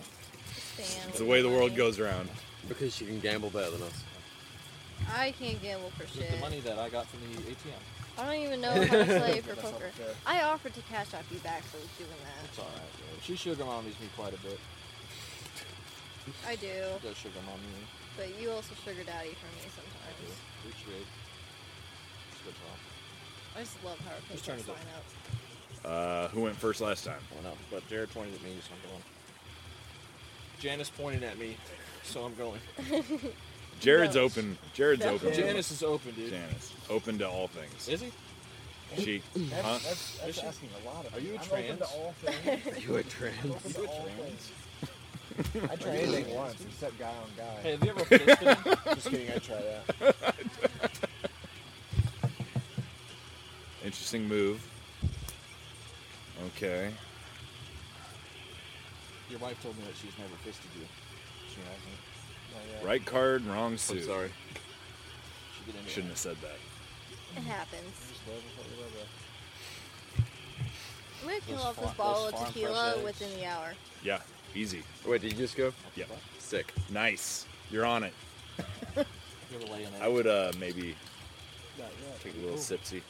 Stand
It's
with
the way the
my
world
money.
goes around.
because you can gamble better than us
I can't gamble for
With
shit.
the money that I got from the ATM.
I don't even know how to play for
That's not
poker.
fair.
I offered to cash off you back for doing
It's
that.
all right. Dude. She sugar mommies me quite a bit.
I do,
She does sugar mommy me.
but you also sugar daddy for me sometimes.
Appreciate. It's a good job.
I just love how our
Just turn it
paychecks line
up.
up.
Uh, who went first last time?
I don't know, but Jared pointed at me, so I'm going. Janice pointed at me, so I'm going.
Jared's
Belch.
open. Jared's
Belch.
open.
Janice is open, dude.
Janice. Open to all things.
Is he?
She.
That's,
Huh?
that's, that's
Is she-
asking a lot of
Are
me.
you a
I'm Open
trans?
to all things.
you a trans
open to
You a
all
trans?
things. I tried anything once except guy on guy.
Hey, have you ever fisted?
Just kidding, I tried that.
Interesting move. Okay.
Your wife told me that she's never fisted you. She hasn't.
Oh, yeah.
Right card, wrong
I'm
suit.
sorry
She did anyway.
Shouldn't have said that.
It happens.
Just love it, love it, love it.
I'm gonna kill
Those
off this
farm-
bottle
those
of
farm
tequila
fresh
within
eggs.
the hour.
Yeah. Easy.
wait did you just go
Yep.
sick
Nice. You're on it.
You ever lay in
I
it?
would uh maybe
Not yet.
take a little sipsy.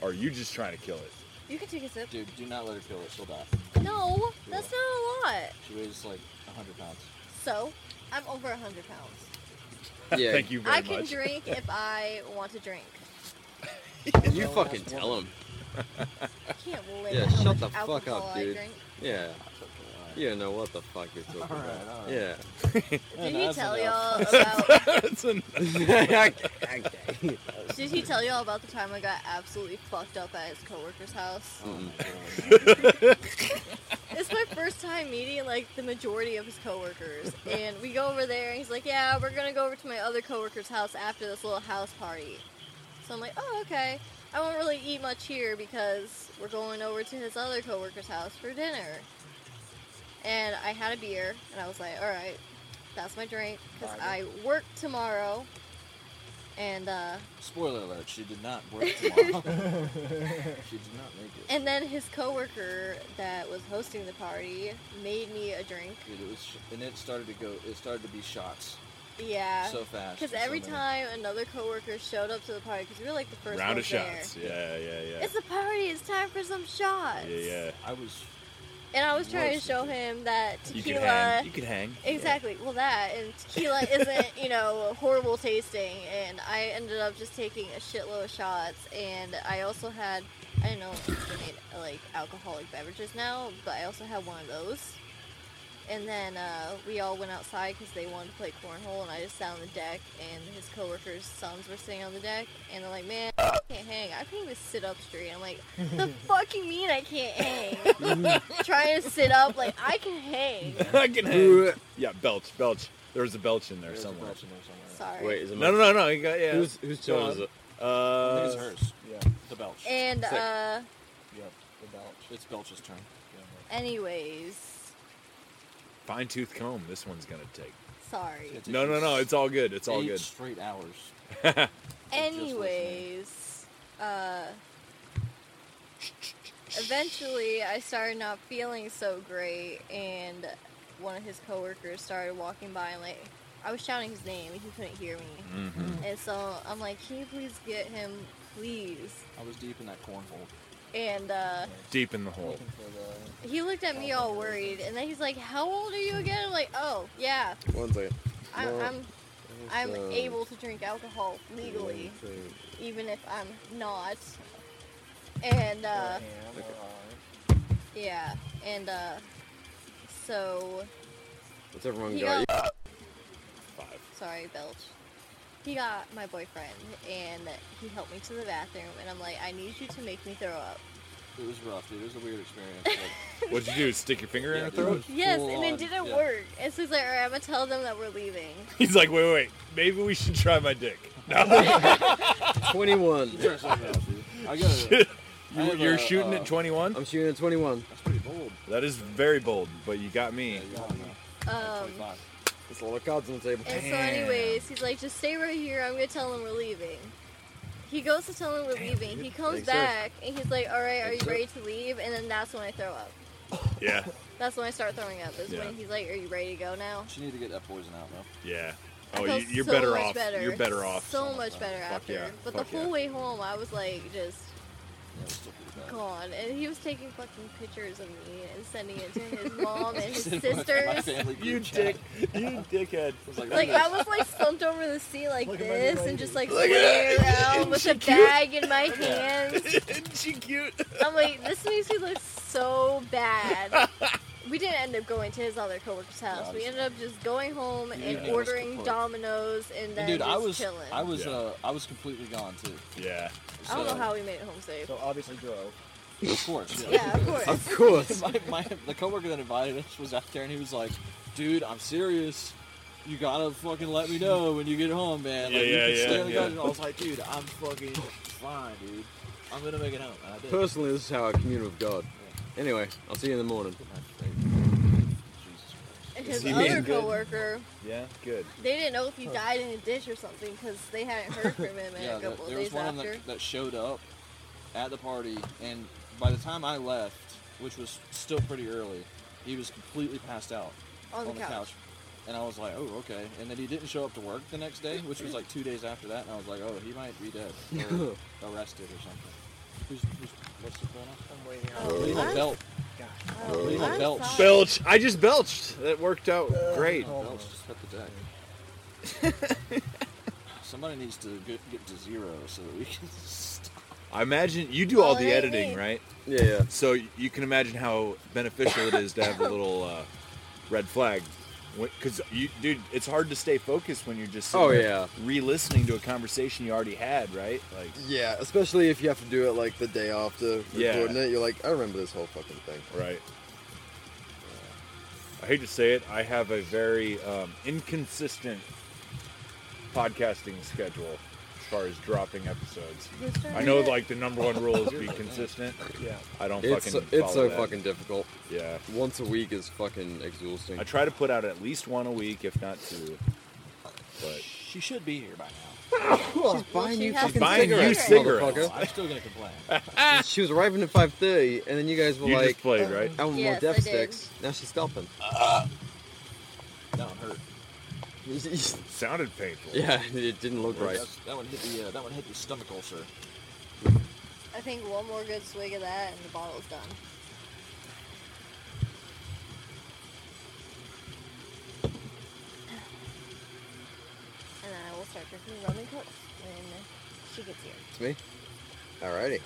Or are you just trying to kill it?
You can take a sip.
Dude, do not let her kill it. She'll die.
No, that's not a lot.
She weighs like 100 pounds.
So, I'm over 100 pounds.
yeah
Thank you very
I can
much.
drink if I want to drink.
you fucking tell him.
I can't live
Yeah,
with how
shut
much
the fuck
alcohol
up,
I
dude.
drink.
Yeah. You know what the fuck you're talking
Alright,
about.
alright.
Yeah.
Did he tell y'all about?
That's enough. Okay.
Did he tell y'all about the time I got absolutely fucked up at his coworker's house? it's my first time meeting like the majority of his coworkers, and we go over there, and he's like, "Yeah, we're gonna go over to my other coworker's house after this little house party." So I'm like, "Oh, okay." I won't really eat much here because we're going over to his other coworker's house for dinner. And I had a beer, and I was like, "All right, that's my drink," because I work tomorrow. And uh,
Spoiler alert: She did not work tomorrow. she did not make it.
And then his coworker that was hosting the party made me a drink.
Dude, it was, and it started to go. It started to be shots.
Yeah.
So fast.
Because
so
every
many.
time another coworker showed up to the party, because we were like the first
Round of
ones
shots.
there.
Yeah, yeah, yeah.
It's a party. It's time for some shots.
yeah, yeah.
I was.
And I was trying to
Roasted.
show him that
You
tequila.
could hang. You could hang.
Exactly. Well, that and tequila isn't, you know, horrible tasting. And I ended up just taking a shitload of shots. And I also had, I don't know if they made like alcoholic beverages now, but I also had one of those. And then uh, we all went outside because they wanted to play cornhole, and I just sat on the deck, and his coworkers' sons were sitting on the deck, and they're like, "Man, I can't hang. I can't even sit up straight." I'm like, "The fuck you mean I can't hang? Trying to sit up, like I can hang."
I can hang. Yeah, belch, belch. There was a belch in there somewhere.
Sorry.
Wait, is it
No, no,
mine?
no, no. You got, yeah.
Whose- whose
Go
turn
on.
is it?
Uh,
I think it's hers. Yeah, the belch.
And uh,
Yeah, the belch. It's belch's turn.
anyways,
Fine tooth comb. This one's gonna take.
sorry.
No, no, no. It's all good. It's all
Eight
good.
straight hours.
Anyways, uh, eventually I started not feeling so great, and one of his coworkers started walking by and like I was shouting his name, and he couldn't hear me,
Mm-hmm.
Mhm.
and so I'm like, "Can you please get him, please?"
I was deep in that cornhole.
And uh,
Deep in the hole.
he looked at me all worried, and then he's like, "How old are you again?" I'm like, "Oh, yeah,
One second.
I,
Well,
I'm." I'm
it's, uh,
able to drink alcohol legally,
one thing.
even if I'm not. And uh, yeah, and uh, so
What's everyone
He
got?
got-
Five.
sorry, belch. He got my boyfriend, and he helped me to the bathroom, and I'm like, I need you to make me throw up.
It was rough, dude. It was a weird experience. but-
What'd you do? Stick your finger in
Yeah,
her
dude,
throat?
Yes,
full
and it
on,
didn't
yeah.
work. And so he's like, all right, I'm gonna tell them that we're leaving.
He's like, wait, wait, wait. Maybe we should try my dick. No.
21.
Try something else, dude. I got
you,
a- I have
you're
a,
shooting
uh,
at 21.
I'm shooting at 21.
That's pretty bold.
That is very bold, but you got me.
Yeah, you got me.
Um,
There's a lot of cards on the table.
and so, anyways, he's like, just stay right here. I'm gonna tell them we're leaving. He goes to tell them we're leaving. He comes
Thanks, sir.
back, and he's like, all right, are you
Thanks, sir.
ready to leave? And then that's when I throw up.
Yeah,
That's when I start throwing up. Is
Yeah.
when he's like, "Are you ready to go now?"
She need to get that poison out, though.
yeah.
I
Oh,
felt
you, you're
so
better
much
off. You're better off.
So much better
Fuck
after.
yeah,
But
fuck
the
yeah.
whole way home, I was like just
Yeah, it's still pretty bad.
gone, and he was taking fucking pictures of me and sending it to his mom and his
Send my- my
sisters.
family
you
group chat.
dick, you dickhead.
I was like,
Like
look at
I was like slumped over the seat like
Look at my
this,
lady.
and just like
Look at
swaying
her.
around with a bag in my hands.
Isn't she cute?
I'm like, this makes me look so bad. We didn't end up going to his other coworker's house.
obviously.
we ended up just going home
You
and
didn't miss
ordering
the point.
Domino's and
this.
then
dude,
just
I was,
chilling.
I was,
Yeah.
uh, I was completely gone too.
Yeah.
I don't
So-
know how we made it home safe.
So obviously drove.
Of course.
yeah, of course.
Of course.
my, my, the coworker that invited us was out there, and he was like, "Dude, I'm serious. You gotta fucking let me know when you get home, man. Like,
Yeah,
you
yeah,
can
yeah,
stay on the couch."
yeah.
And I was like, "Dude, I'm fucking fine, dude. I'm gonna make it home." And I did.
Personally, this is how I commune with God. Anyway, I'll see you in the morning.
Jesus Christ.
And his
Is he
other
being good?
coworker,
Yeah. Good.
they didn't know if he died in a ditch or something because they hadn't heard from him in
Yeah,
a
there,
couple
there
of
was
days
one of
after.
them that, that showed up at the party, and by the time I left, which was still pretty early, he was completely passed out
On the couch.
And I was like, oh, okay. And then he didn't show up to work the next day, which was like two days after that. And I was like, oh, he might be dead or arrested or something. Who's, who's, what's the going on?
I'm waiting on
Oh,
Leave
I'm-
a belt.
oh,
leave a
I'm
belch.
sorry.
Belch. I just belched. That worked out great.
Belch just hit the deck. Somebody needs to get, get to zero so that we can stop.
I imagine you do all
Oh,
the
hey,
editing,
hey.
right?
Yeah, yeah.
So y- you can imagine how beneficial it is to have a little uh, red flag, because you, dude, it's hard to stay focused when you're just sitting
Oh,
there
yeah.
re-listening to a conversation you already had, right? Like
Yeah, especially if you have to do it like the day after
Yeah.
recording it. You're like, I remember this whole fucking thing.
Right. I hate to say it, I have a very um, inconsistent podcasting schedule as far as dropping episodes.
Who's turn
I know,
is it?
like the number one rule is be consistent.
Yeah.
I don't fucking.
It's so- it's
follow
so
that.
fucking difficult.
Yeah.
Once a week is fucking exhausting.
I try to put out at least one a week, if not two. But
She should be here by now.
She's
buying
she
you
has
fucking
buying you
cigarettes,
cigarettes.
motherfucker.
I'm still gonna complain.
she was arriving at 5:30, and then you guys were
You just
like, uh,
played, right?
I want
Yes,
more
I
death
did.
sticks." Now she's stopping.
That one hurt.
Sounded painful.
Yeah, it didn't look right.
That's- That one hit the uh, that one hit the stomach ulcer.
I think one more good swig of that and the bottle's done. And then I will start drinking rum and coke when she gets here.
It's me. Alrighty.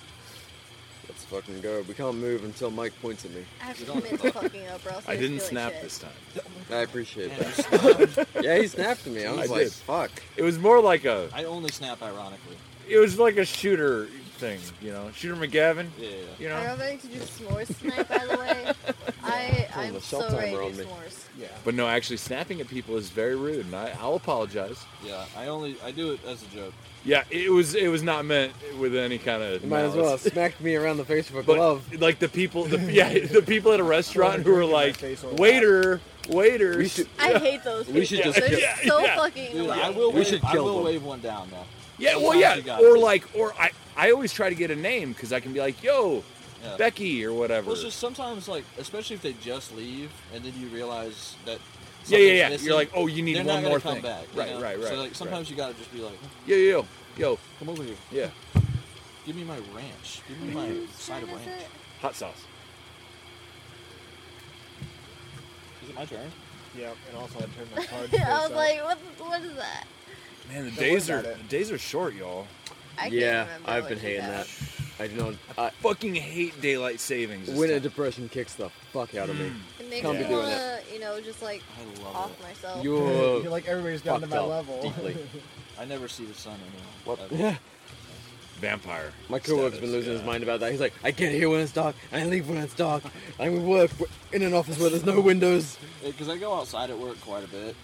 Let's fucking go. We can't move until Mike points at me.
I have to commit to fucking up, or else I,
I
just
didn't
feel
snap
like shit.
this
time.
I appreciate that. yeah, he snapped at me. I was like, fuck.
It was more like a.
I only snap ironically.
It was like a shooter thing, you know, shooter McGavin.
Yeah.
You
I
know.
got back to do s'mores tonight, by the way. I,
Pulling
I'm
the
so
shell
ready
timer
to
on
do
me.
s'mores.
Yeah.
But no, actually, snapping at people is very rude, and I, I'll apologize.
Yeah, I only I do it as a joke.
Yeah, it was it was not meant with any kind of.
You might as well have smacked me around the face with a
But
glove.
like the people, the yeah, the people at a restaurant who are like, waiter, waiter.
We should-
I hate those
We should
people.
just
They're
get-
so
yeah.
fucking
Dude,
annoying.
I
I will
We
wave,
should
I
kill
will
them.
wave one down though.
Yeah, well,
Sometimes
yeah,
you got
or
it.
like, or I, I always try to get a name because I can be like, yo,
Yeah.
Becky or whatever.
Well, it's just sometimes like, especially if they just leave and then you realize that.
Yeah, yeah,
something's
yeah.
missing,
You're like, oh, you need
they're
one
not gonna
more
come
thing.
Back, you
Right,
know?
right,
So
right,
like sometimes
right.
you gotta just be like,
yo, yo, yo, yo,
come over here.
yeah,
Give me my ranch. Give me my side of ranch.
hot sauce.
Is it my turn?
Yep, and also I turned my card.
I was
face up.
like, what, what is that?
Man, the
Don't worry
days are
about it.
the days are short, y'all.
I can't
yeah,
remember
I've
what
been
you
hating
got.
that. I do not. I,
Fucking hate daylight savings. this
when a
time.
depression kicks the fuck out of me.
It makes
Can't
me
be doing it.
wanna, you know, just like off myself.
You're,
You're like, everybody's down to
fucked
my
up
level.
Deeply.
I never see the sun anymore.
What?
Ever.
Yeah.
Vampire.
My coworker's been
status,
losing
yeah.
his mind about that. He's like, I get here when it's dark, and I leave when it's dark. I work w- in an office where there's no windows.
because Uh, I go outside at work quite a bit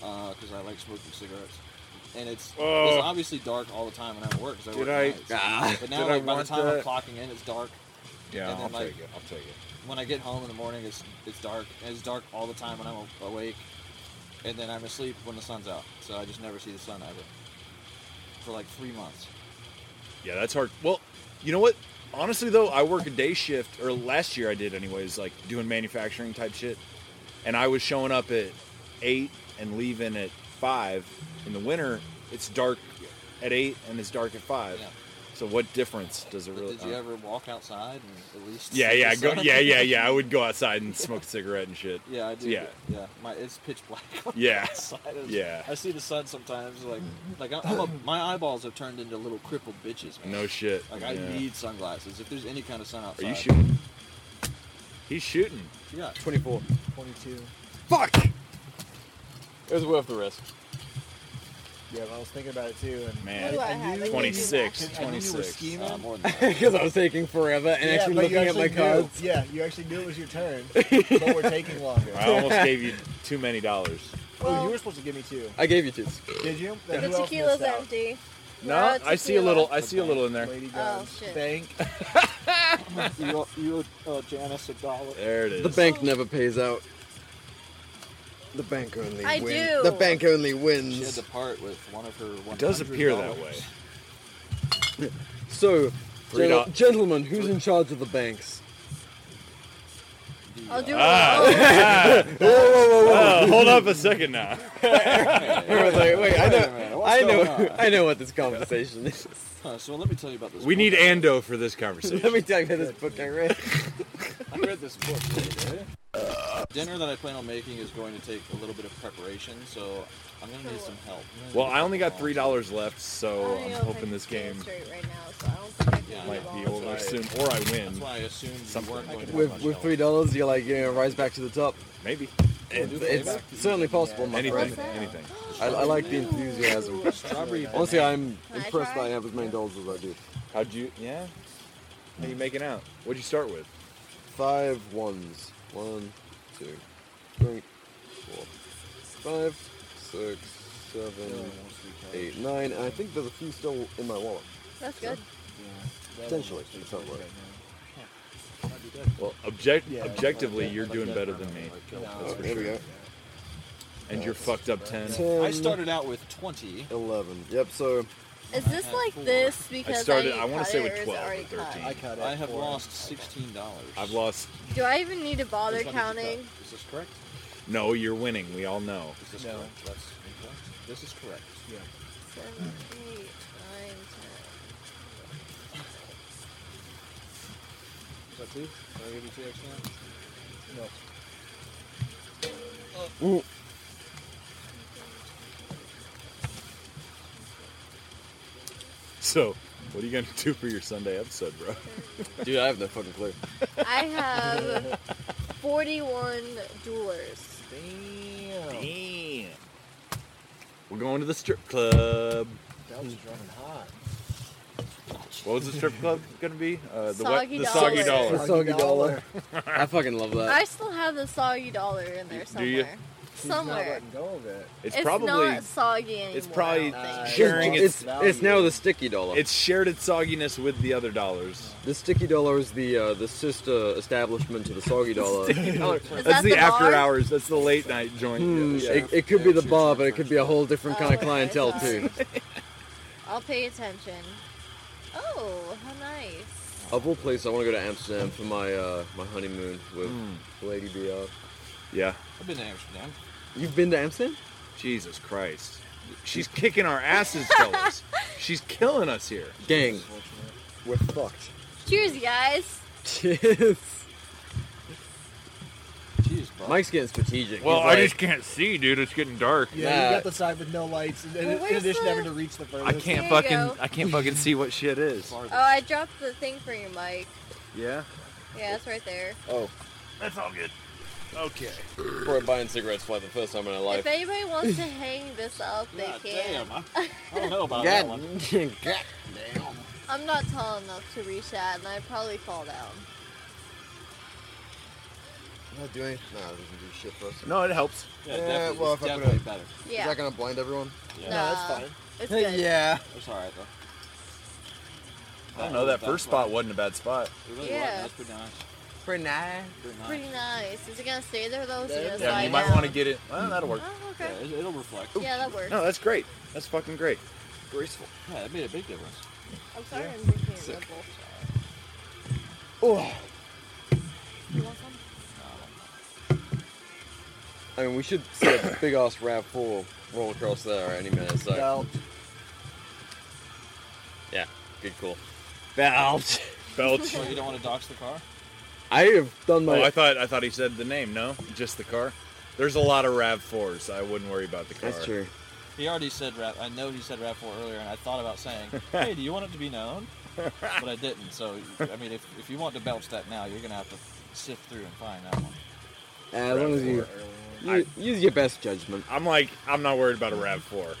because I like smoking cigarettes. And it's,
Oh.
it's obviously dark all the time when I'm at work because I
Did
work
I-
nights.
Ah.
but now,
Did I
like, by the
want
time
that?
I'm clocking in, it's dark. and
Yeah, I'll
then, like,
take it. I'll take it.
when I get home in the morning, it's it's dark. It's dark all the time when I'm a- awake, and then I'm asleep when the sun's out. So I just never see the sun ever for like three months.
Yeah, that's hard. Well, you know what? Honestly, though, I work a day shift, or last year I did, anyways, like doing manufacturing type shit. And I was showing up at 8 and leaving at 5. In the winter, it's dark at 8 and it's dark at 5. So, what difference does it really uh, Oh.
Did you ever walk outside and at least?
Yeah,
see
yeah,
the
go,
sun?
yeah, yeah, yeah. I would go outside and smoke a cigarette and shit.
Yeah, I do.
Yeah.
yeah. My it's pitch black. on the
Yeah.
outside. It's-
Yeah.
I see the sun sometimes. Like, like I- I'm a, my eyeballs have turned into little crippled bitches. Man.
No shit.
Like I
Yeah.
need sunglasses. If there's any kind of sun outside.
Are you shooting? He's shooting.
Yeah.
24.
22.
Fuck! It was worth the risk.
Yeah, well, I was thinking about it too. And
Man. Ooh, I had- I knew you did 26, that.
I knew you were
26.
scheming.
Uh,
more
Because I was taking forever and
Yeah,
actually
but
looking
you
at my
actually knew-
cards.
Yeah, you actually knew it was your turn, but we're taking longer.
I almost gave you too many dollars.
Oh, you were supposed to give me two.
I gave you two.
Did you? Then
The
who else
tequila's
missed out?
empty.
No,
We're out of
I see a
tequila.
little. I see a little in there.
Lady
Oh
Guns.
shit.
Bank.
you you uh, Janice a dollar.
There it is.
The bank never pays out. The bank only
I
wins.
do.
The bank only
She had
wins.
to part with one of her. $100.
It does appear that way.
So,
Three
gen-
doll-
gentlemen, who's in charge of the banks?
I'll do
Ah.
it.
Whoa, whoa, whoa, whoa.
Oh, hold up a second now.
I was like, wait,
Wait
I
a minute,
know,
what's
I know,
going on?
I know what this conversation is.
Huh, so let me tell you about this.
We
book.
need Ando for this
Let
conversation.
me tell you about this book I read.
I read this book. the other day. Dinner that I plan on making is going to take a little bit of preparation, so I'm gonna need some help.
Well, I only got three dollars left,
I
so
don't
I'm
know if I
hoping
can
this
stand
game
straight right now, so I don't think I can
Yeah,
might be
That's
over
why I-
soon, or I win.
That's why I assumed you
Something.
weren't going to have
With,
much
with
help.
three dollars, you're like you're gonna rise back to the top.
Maybe.
It,
We'll do
it's
playback.
certainly possible. my
Anything,
friend.
anything.
I, I like the enthusiasm.
Strawberry
Honestly, I'm
Can I
impressed that
try?
I have as many dollars as I do.
How'd you? Yeah. How you making out? What'd you start with?
Five ones. One, two, three, four, five, six, seven, eight, nine. And I think there's a few still in my wallet.
That's good.
Potentially, it sounds like.
Well, object
Yeah,
objectively,
like that,
you're
like
doing
that.
better than me,
uh,
Oh, there we go.
and you're fucked up ten.
Ten,
I started out with 20.
11. Yep, so
Is this like this because I
started- I
I
wanna
want to
say with
it
12 or
already
13.
I
Cut?
cut it.
I have
for-
lost $16.
I've lost.
Do I even need to bother
Which one did you cut?
counting?
Is this correct?
No, you're winning. We all know.
Is this
No.
correct? That's incorrect. This is correct.
Yeah.
Seven, eight, nine, ten.
Is that two? Did I give you two extra?
No.
So, what are you gonna do for your Sunday episode, bro?
dude, I have no fucking clue.
I have 41 duelers.
Damn.
Damn. We're going to the strip club.
That was running hot.
What was the strip club gonna be? Uh, the
Soggy
the soggy
Dollar.
dollar.
Soggy dollar. I fucking love
I
that.
still have the soggy dollar in there
Do you?
somewhere.
He's not
Somewhere.
letting go of it.
It's,
It's
probably
not soggy anymore.
it's
I
probably
don't think.
Uh,
sharing
it's-
its
value.
It's now the sticky dollar.
it's shared its sogginess with the other dollars.
the sticky dollar is the uh, the sister establishment to the soggy dollar.
Is
That's
that
the,
the
after
bar?
hours. That's the late night joint.
Hmm,
Yeah.
It, it could be the bar, but it could be a whole different kind
Oh,
of
okay,
clientele
sorry.
too.
I'll pay attention. Oh, how nice.
Of all places, I want to go to Amsterdam for my uh, my honeymoon with Lady BR.
Yeah.
I've been to Amsterdam.
You've been to Amsterdam?
Jesus Christ. She's kicking our asses, fellas. She's killing us here.
Gang, we're fucked.
Cheers, you guys.
Cheers.
Jeez, bro.
Mike's getting strategic.
Well,
He's
I
like,
just can't see, dude. It's getting dark.
Yeah,
Nah.
you got the side with no lights, and
Well,
in
where's
addition,
the-
having to reach the furthest.
I can't
There you go.
fucking. I can't fucking see what shit is.
Farther.
Oh, I dropped the thing for you, Mike.
Yeah.
Yeah, it's right there.
Oh,
That's all good. Okay.
we're buying cigarettes for like the first time in our life.
If anybody wants to hang this up, they
God
can.
damn. I, I don't know about that
God,
one.
God damn.
I'm not tall enough to reach that, and I'd probably fall down.
Not doing. No, it doesn't do shit for us.
No, it helps.
Yeah,
Yeah,
definitely,
well,
it's
if I put
definitely
a-
better.
Yeah.
Is that gonna blind everyone?
Yeah.
Nah,
that's fine.
It's good.
Yeah.
It's alright, though.
I don't know. That first spot wasn't a bad spot.
It really
Yeah.
wasn't. That's pretty nice.
For now.
Pretty nice.
Pretty nice. Is it gonna stay there though? Is it gonna
Yeah,
slide
you might
down?
want to get it. Well, that'll work.
Oh,
Yeah,
okay.
it, it'll reflect.
Yeah, that works.
No, that's great. That's fucking great. Graceful.
Yeah, it made a big difference.
I'm sorry, I'm drinking Red Bull.
Oh.
You want some?
I mean, we should see a big ass Rav Four roll across there any minute. So
Well,
yeah, good call. Valves.
Belch.
So you don't want to dox the car?
I have done my.
oh, I thought I thought he said the name. No, just the car. There's a lot of Rav fours. I wouldn't worry about the car.
That's true.
He already said rap. I know he said rap four earlier, and I thought about saying, "Hey, do you want it to be known?" But I didn't. So I mean, if, if you want to belch that now, you're gonna have to sift through and find that one.
Uh, As long as you, you
I-
use your best judgment.
I'm like, I'm not worried about a Rav four.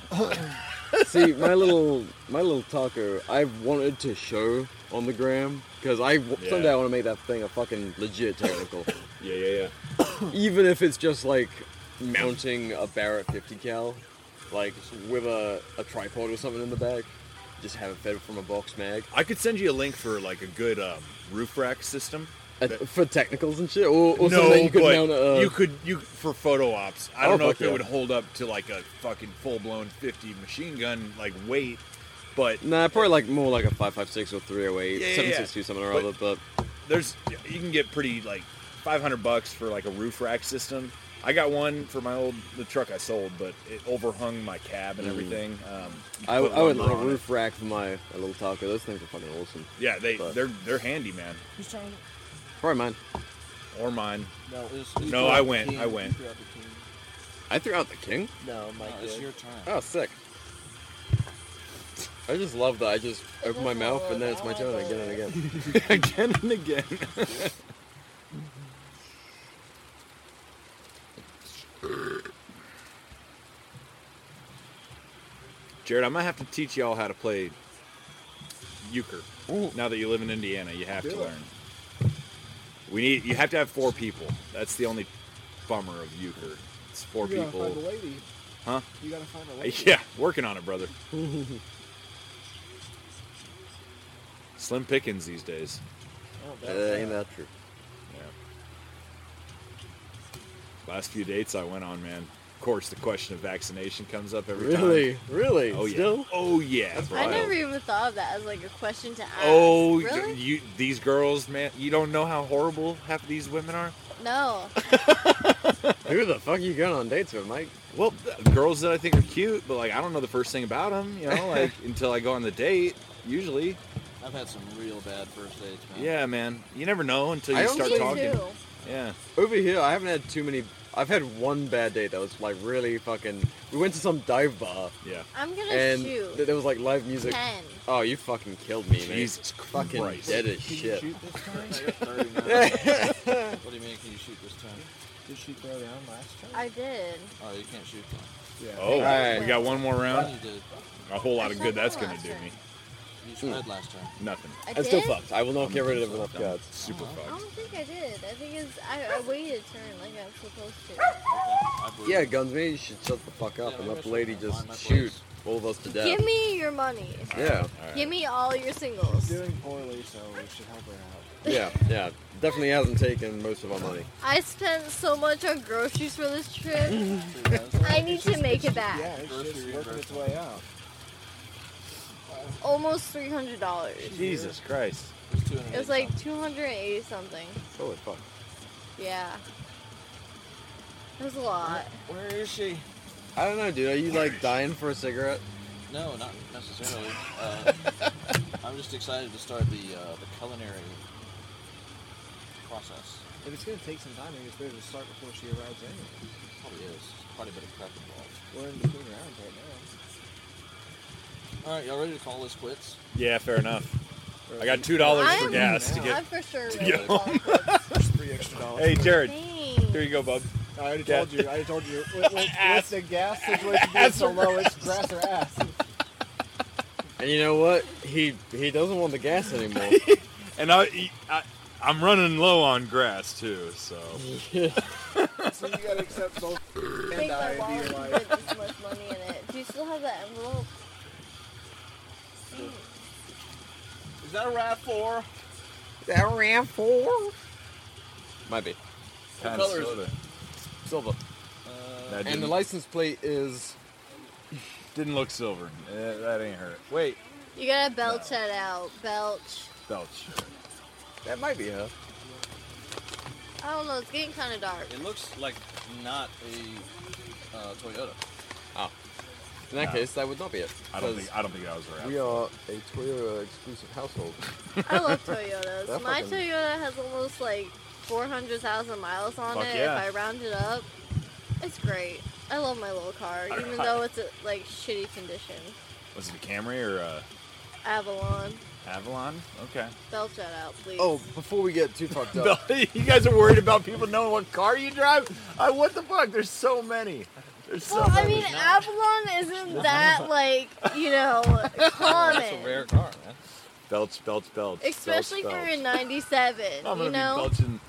See, my little my little taco, I've wanted to show on the gram because I w-
Yeah.
someday I want to make that thing a fucking legit technical,
Yeah, yeah, yeah.
even if it's just like mounting a Barrett 50 cal, like with a, a tripod or something in the back, just have it fed from a box mag
I could send you a link for like a good um, roof rack system.
Uh,
That-
for technicals and shit, or,
no,
or something that you could
but
mount. A, uh,
you could you for photo ops. I
Oh,
don't know
fuck
if it
yeah.
would hold up to like a fucking full blown 50 machine gun like weight, but
Nah, probably like more like a 556 or 308,
Yeah, yeah, yeah.
762, something or
But-
other, but
there's you can get pretty like 500 bucks for like a roof rack system. I got one for my old the truck I sold, but it overhung my cab and
Mm.
everything. Um, you
I,
put
I would
lumber
like a
on it.
roof rack for my, my little taco. Those things are fucking awesome.
Yeah, they
but-
they're they're handy, man.
Probably mine.
or mine.
No, it was-
no, I went. I went.
I threw out the king.
No, Mike
No, it's
did.
your turn.
Oh, sick. I just love that. I just open my mouth and then it's my turn again and again.
again and again. Jared, I might have to teach y'all how to play euchre. Now that you live in Indiana, you have to
Do it.
learn. We need you have to have four people. That's the only bummer of euchre. It's four
you gotta
people.
Find a lady.
Huh?
You gotta find a lady.
Yeah, working on it, brother. Slim pickings these days.
Oh, that's ain't
that true?
Yeah. Last few dates I went on, man. Of course, the question of vaccination comes up every time.
Really? Really?
Oh yeah.
Still?
Oh yeah. bro.
I never even thought of that as like a question to ask.
Oh,
really?
you these girls, man. You don't know how horrible half of these women are.
No.
Who the fuck are you going on dates with, Mike?
Well, th- girls that I think are cute, but like I don't know the first thing about them. You know, like until I go on the date. Usually,
I've had some real bad first dates, man.
yeah, man. You never know until
I
you
don't
start
think-
talking.
Ew.
Yeah.
Over here, I haven't had too many. I've had one bad date that was like really fucking. We went to some dive bar.
Yeah.
I'm gonna
And
shoot.
th- there was like live music.
Ten.
Oh, you fucking killed me,
Jesus
mate. Fucking
Christ.
dead as
Can
shit.
you shoot this time? I got
I
30 now.
What do you mean? Can you shoot this time?
Did she throw down last time?
I did.
Oh, you can't shoot that.
Yeah.
Oh,
Alright.
we got one more round.
You did.
A whole lot
I
of
shot
good that's
one
gonna
last
do
time.
me. Hmm.
You tried last time.
Nothing.
I
am still
did?
fucked. I will not get rid of it
I'm
enough cards.
Super
Uh-huh.
I
fucked.
don't think I did. I think it's I, I waited a turn like I'm supposed to.
I believe
Yeah,
you.
guns me. You should shut the fuck up
Yeah,
and
maybe I
let the
should
lady
find
just
my place.
shoot all of us to death.
Give me your money.
Yeah,
Give me all your singles.
She's doing poorly, so we should help her out.
yeah, yeah. Definitely hasn't taken most of our money.
I spent so much on groceries for this trip.
True,
I need to make it back.
Yeah, it's
Grocery
just working its
reimbursement.
way out.
Almost three hundred dollars.
Jesus Christ.
It was 280
It was like two hundred and eighty something.
Holy fuck.
Yeah. It was a lot.
Where is she?
I don't know, dude. Are you like dying for a cigarette?
No, not necessarily. Uh, I'm just excited to start the uh, the culinary process.
If it's gonna take some time, I guess better to start before she arrives anyway.
Probably is. There's Quite a bit of prep involved.
We're in between rounds right now.
All right, y'all ready to call this quits?
Yeah, fair enough.
Or
I got
at
two dollars for
I'm-
gas to
I'm
get.
for sure
to
ready
get
to call it quits.
least three extra dollars.
Hey, Jared. Here
Dang.
you go, bub.
I already
Yeah.
told you. I already told you. With, with, with the gas situation being
Ass
so
or
low, it's grass or ass.
And you know what? He he doesn't want the gas anymore.
And I, I, I'm running low on grass too, so
So you gotta accept both
Take
and I
my
and
wallet
be
and
alive.
put this much money in it. Do you still have that envelope?
Is that a wrap for?
that round four? Might be
Kinda
color is
sorta.
silver.
That
And the
didn't-
license plate is
didn't look silver. Eh, that ain't her. Wait,
You gotta belch that out. Belch.
belch.
that might be her.
I don't know. It's getting kind of dark.
It looks like not a uh, Toyota.
In that
Nah.
case, that would not be it.
I don't
'Cause
think I don't think that was her.
we are a Toyota exclusive household.
I love Toyotas.
That
My
fucking-
Toyota has almost like 400,000 miles on
Fuck
it.
yeah.
If I round it up, it's great. I love my little car, even though it's a, like shitty condition.
Was it a Camry or a
Avalon,
Avalon? Okay.
belch that out, please.
Oh, before we get too fucked up.
you guys are worried about people knowing what car you drive? I what the fuck? There's so many. There's so
Well, I
many.
mean, Avalon isn't that like you know common,
It's a rare car, man.
belch, belch, belch.
especially if
belch,
you're
belch.
in '97.
I'm gonna
you know,
be belching.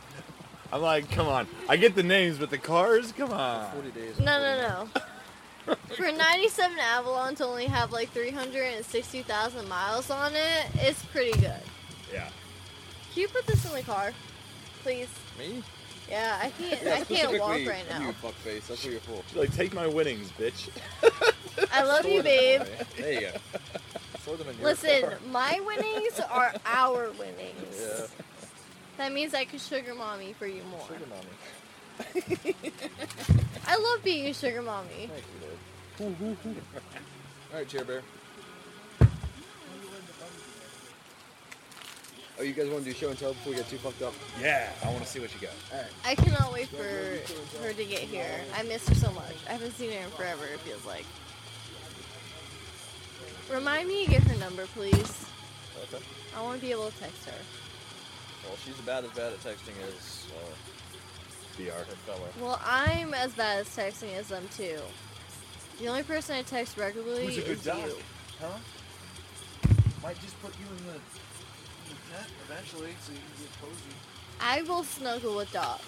I'm like, come on. I get the names, but the cars, come on.
Forty days.
no, no, no. For '97 Avalon to only have like 360,000 miles on it, it's pretty good.
Yeah.
Can you put this in the car, please?
Me?
Yeah, I can't. I can't walk right now.
fuckface. That's what you're for.
She's like, take my winnings, bitch.
I love you, babe.
There you go.
Throw them in your
Listen,
car.
my winnings are our winnings. That means I could sugar mommy for you more.
Sugar mommy.
I love being a sugar mommy.
Thank you, dude. All right, Chair Bear.
Oh, you guys want to do show and tell before we get too fucked up?
Yeah, I want to see what you got.
I cannot wait for her to get here. I miss her so much. I haven't seen her in forever, it feels like. Remind me to get her number, please.
Okay.
I want to be able to text her.
Well, she's about as bad at texting as uh,
BR.
her fella.
Well, I'm as bad as texting as them, too. The only person I text regularly
Who's a good
is
doc?
you.
Huh? Might just put you in the, in the tent eventually so you can get cozy.
I will snuggle with Doc.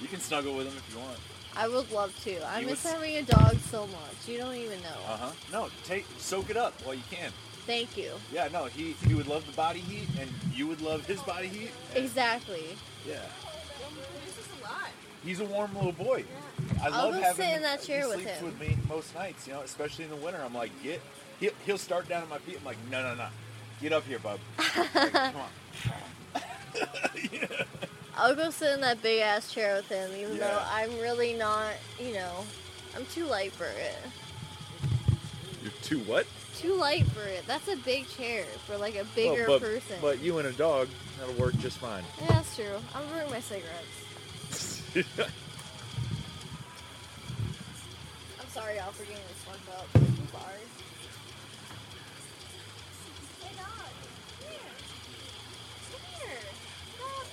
You can snuggle with him if you want.
I would love to. I
You
miss
would-
having a dog so much. You don't even know.
Uh
Uh-huh.
huh. No, take soak it up while you can.
Thank you.
Yeah, no, he he would love the body heat, and you would love his body heat.
Exactly.
Yeah,
This is a lot.
he's a warm little boy. I
I'll
love
go
having
sit
him-
in that chair
he
with
sleeps
him.
with me most nights, you know, especially in the winter. I'm like, get. He'll, he'll start down at my feet. I'm like, no, no, no, get up here, bub. Like, Come on.
I'll go sit in that big ass chair with him, even though
Yeah.
I'm really not, you know, I'm too light for it.
You're too what?
Too light for it. That's a big chair for like a
Oh,
bigger
Well, but,
person.
But you and a dog, that'll work just fine.
yeah, that's true. I'm burning my cigarettes. I'm sorry, y'all, for getting this fucked up. I'm sorry.
Hey, dog. Come here. Come here. Dog.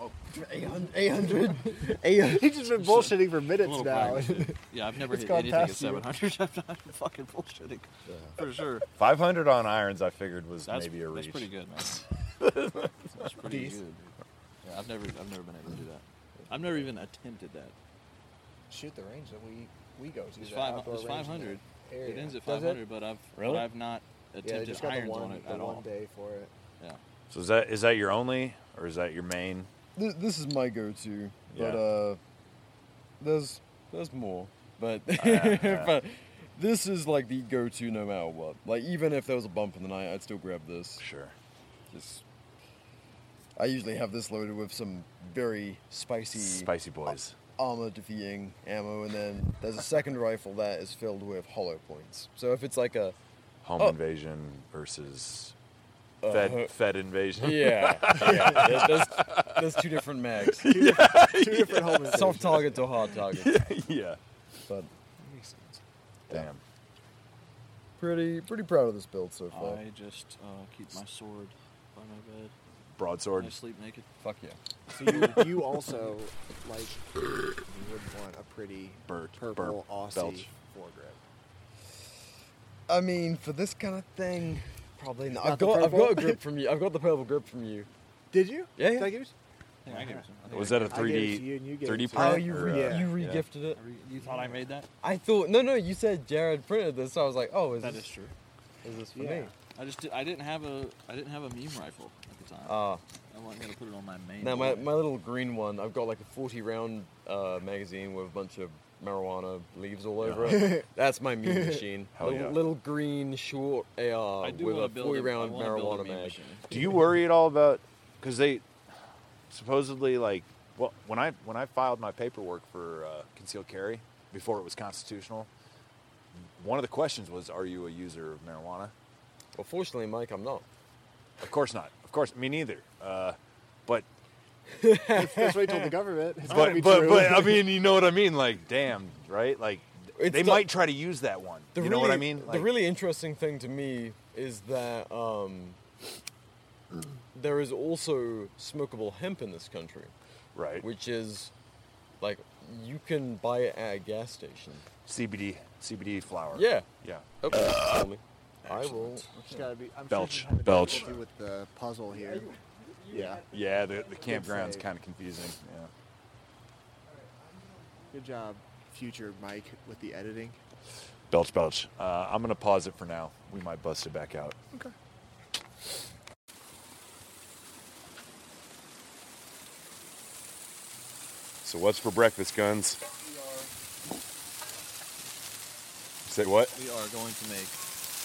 Oh, 800. 800. He's just been bullshitting for minutes
Little
now.
practice. Yeah, I've never
It's
hit
gone
anything at
past you.
700. I'm not fucking bullshitting. For sure.
500 on irons, I figured was
That's,
maybe a
that's
reach.
pretty good, man. that's pretty good. Yeah, I've never, I've never been able to do that. I've never even attempted that.
Shoot the range that we we go to.
It's,
the
five,
outdoor
it's
range in
500.
the
It
area.
ends at
Does
500,
it?
but I've,
Really?
but I've not
Yeah, they
attempted
just got the
irons
one-
on it
the
at
one
all.
day for it.
Yeah.
So is that is that your only, or is that your main?
This, this is my go-to, but
Yeah.
uh, there's there's more, but
yeah.
but this is like the go-to no matter what. Like even if there was a bump in the night, I'd still grab this.
Sure.
Just I usually have this loaded with some very spicy
Spicy boys.
Oh.
armor defeating ammo, and then there's a second rifle that is filled with hollow points. So if it's like a
Home
oh,
invasion versus
Uh,
Fed
ho-
Fed invasion.
Yeah, yeah. There's, there's, there's two different mags. Two, two different home invasions. Soft target to hard target.
yeah.
But
Damn.
pretty pretty proud of this build so far.
I just uh, keep my sword by my bed.
Broadsword.
I sleep naked.
Fuck yeah.
So you, you also like you would want a pretty
Bert,
purple
burp,
Aussie
belch.
foregrip.
I mean, for this kind of thing, probably not.
Not
I've
the
got I've
purple?
got a grip from you. I've got the purple grip from you.
Did you?
Yeah,
Did
yeah.
I give it?
Yeah, I gave it
I
to
think
Was that a
I gave it to you
3D
and you gave
3D
it to me.
print?
Oh, you
or,
re-
uh,
you
yeah.
re-gifted it?
You thought I made that?
I thought no no. You said Jared printed this. So I was like, oh, is
That
this
is true.
Is this for me?
I just did, I didn't have a I didn't have a meme rifle at the time.
Ah.
I wasn't gonna put it on my main.
Now my,
wall.
my little green one, I've got like a 40 round uh, magazine with a bunch of marijuana leaves all over it. That's my meme machine.
Hell
little,
yeah.
little green short AR
I do
with
wanna
a
build
40
a- I
round
wanna build a
marijuana
meme
mag.
machine.
Do you worry at all about because they supposedly like well when I when I filed my paperwork for uh, concealed carry before it was constitutional, one of the questions was, "Are you a user of marijuana?"
Well, fortunately, Mike, I'm not.
Of course not. Of course, me neither. Uh, but
Let's, let's wait till the government. It's gotta
but
be
but,
true.
but I mean, you know what I mean? Like, damn, right? Like
It's
they
the-
might try to use that one.
The
You know what I
really-
mean?
the
Like,
really interesting thing to me is that um, there is also smokable hemp in this country.
Right.
Which is like you can buy it at a gas station.
CBD CBD flower.
Yeah.
Yeah.
Okay. Tell me. I will.
It's gotta be. I'm
Belch,
Sure there's
belch.
difficulty With the puzzle here. Yeah.
Yeah, the, the
Good
campground's
save.
kind of confusing. Yeah.
Good job, future Mike, with the editing.
Belch, belch. Uh, I'm gonna pause it for now. We might bust it back out.
Okay.
So what's for breakfast, guns? Say what?
we are going to make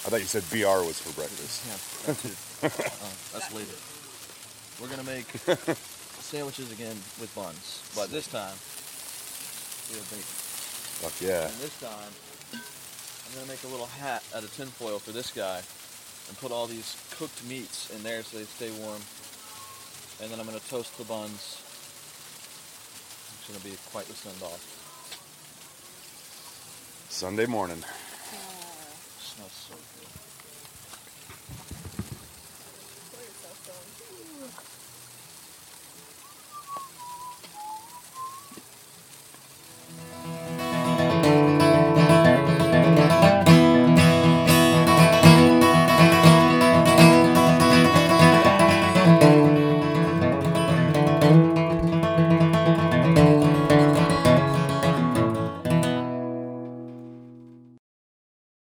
I thought you said BR was for breakfast.
Uh, yeah, that too. oh, that's later. We're gonna make sandwiches again with buns, but this time we have bacon.
Fuck yeah.
And this time I'm gonna make a little hat out of tinfoil for this guy and put all these cooked meats in there so they stay warm. And then I'm gonna toast the buns. It's gonna be quite the send off.
Sunday morning.
Smells so good.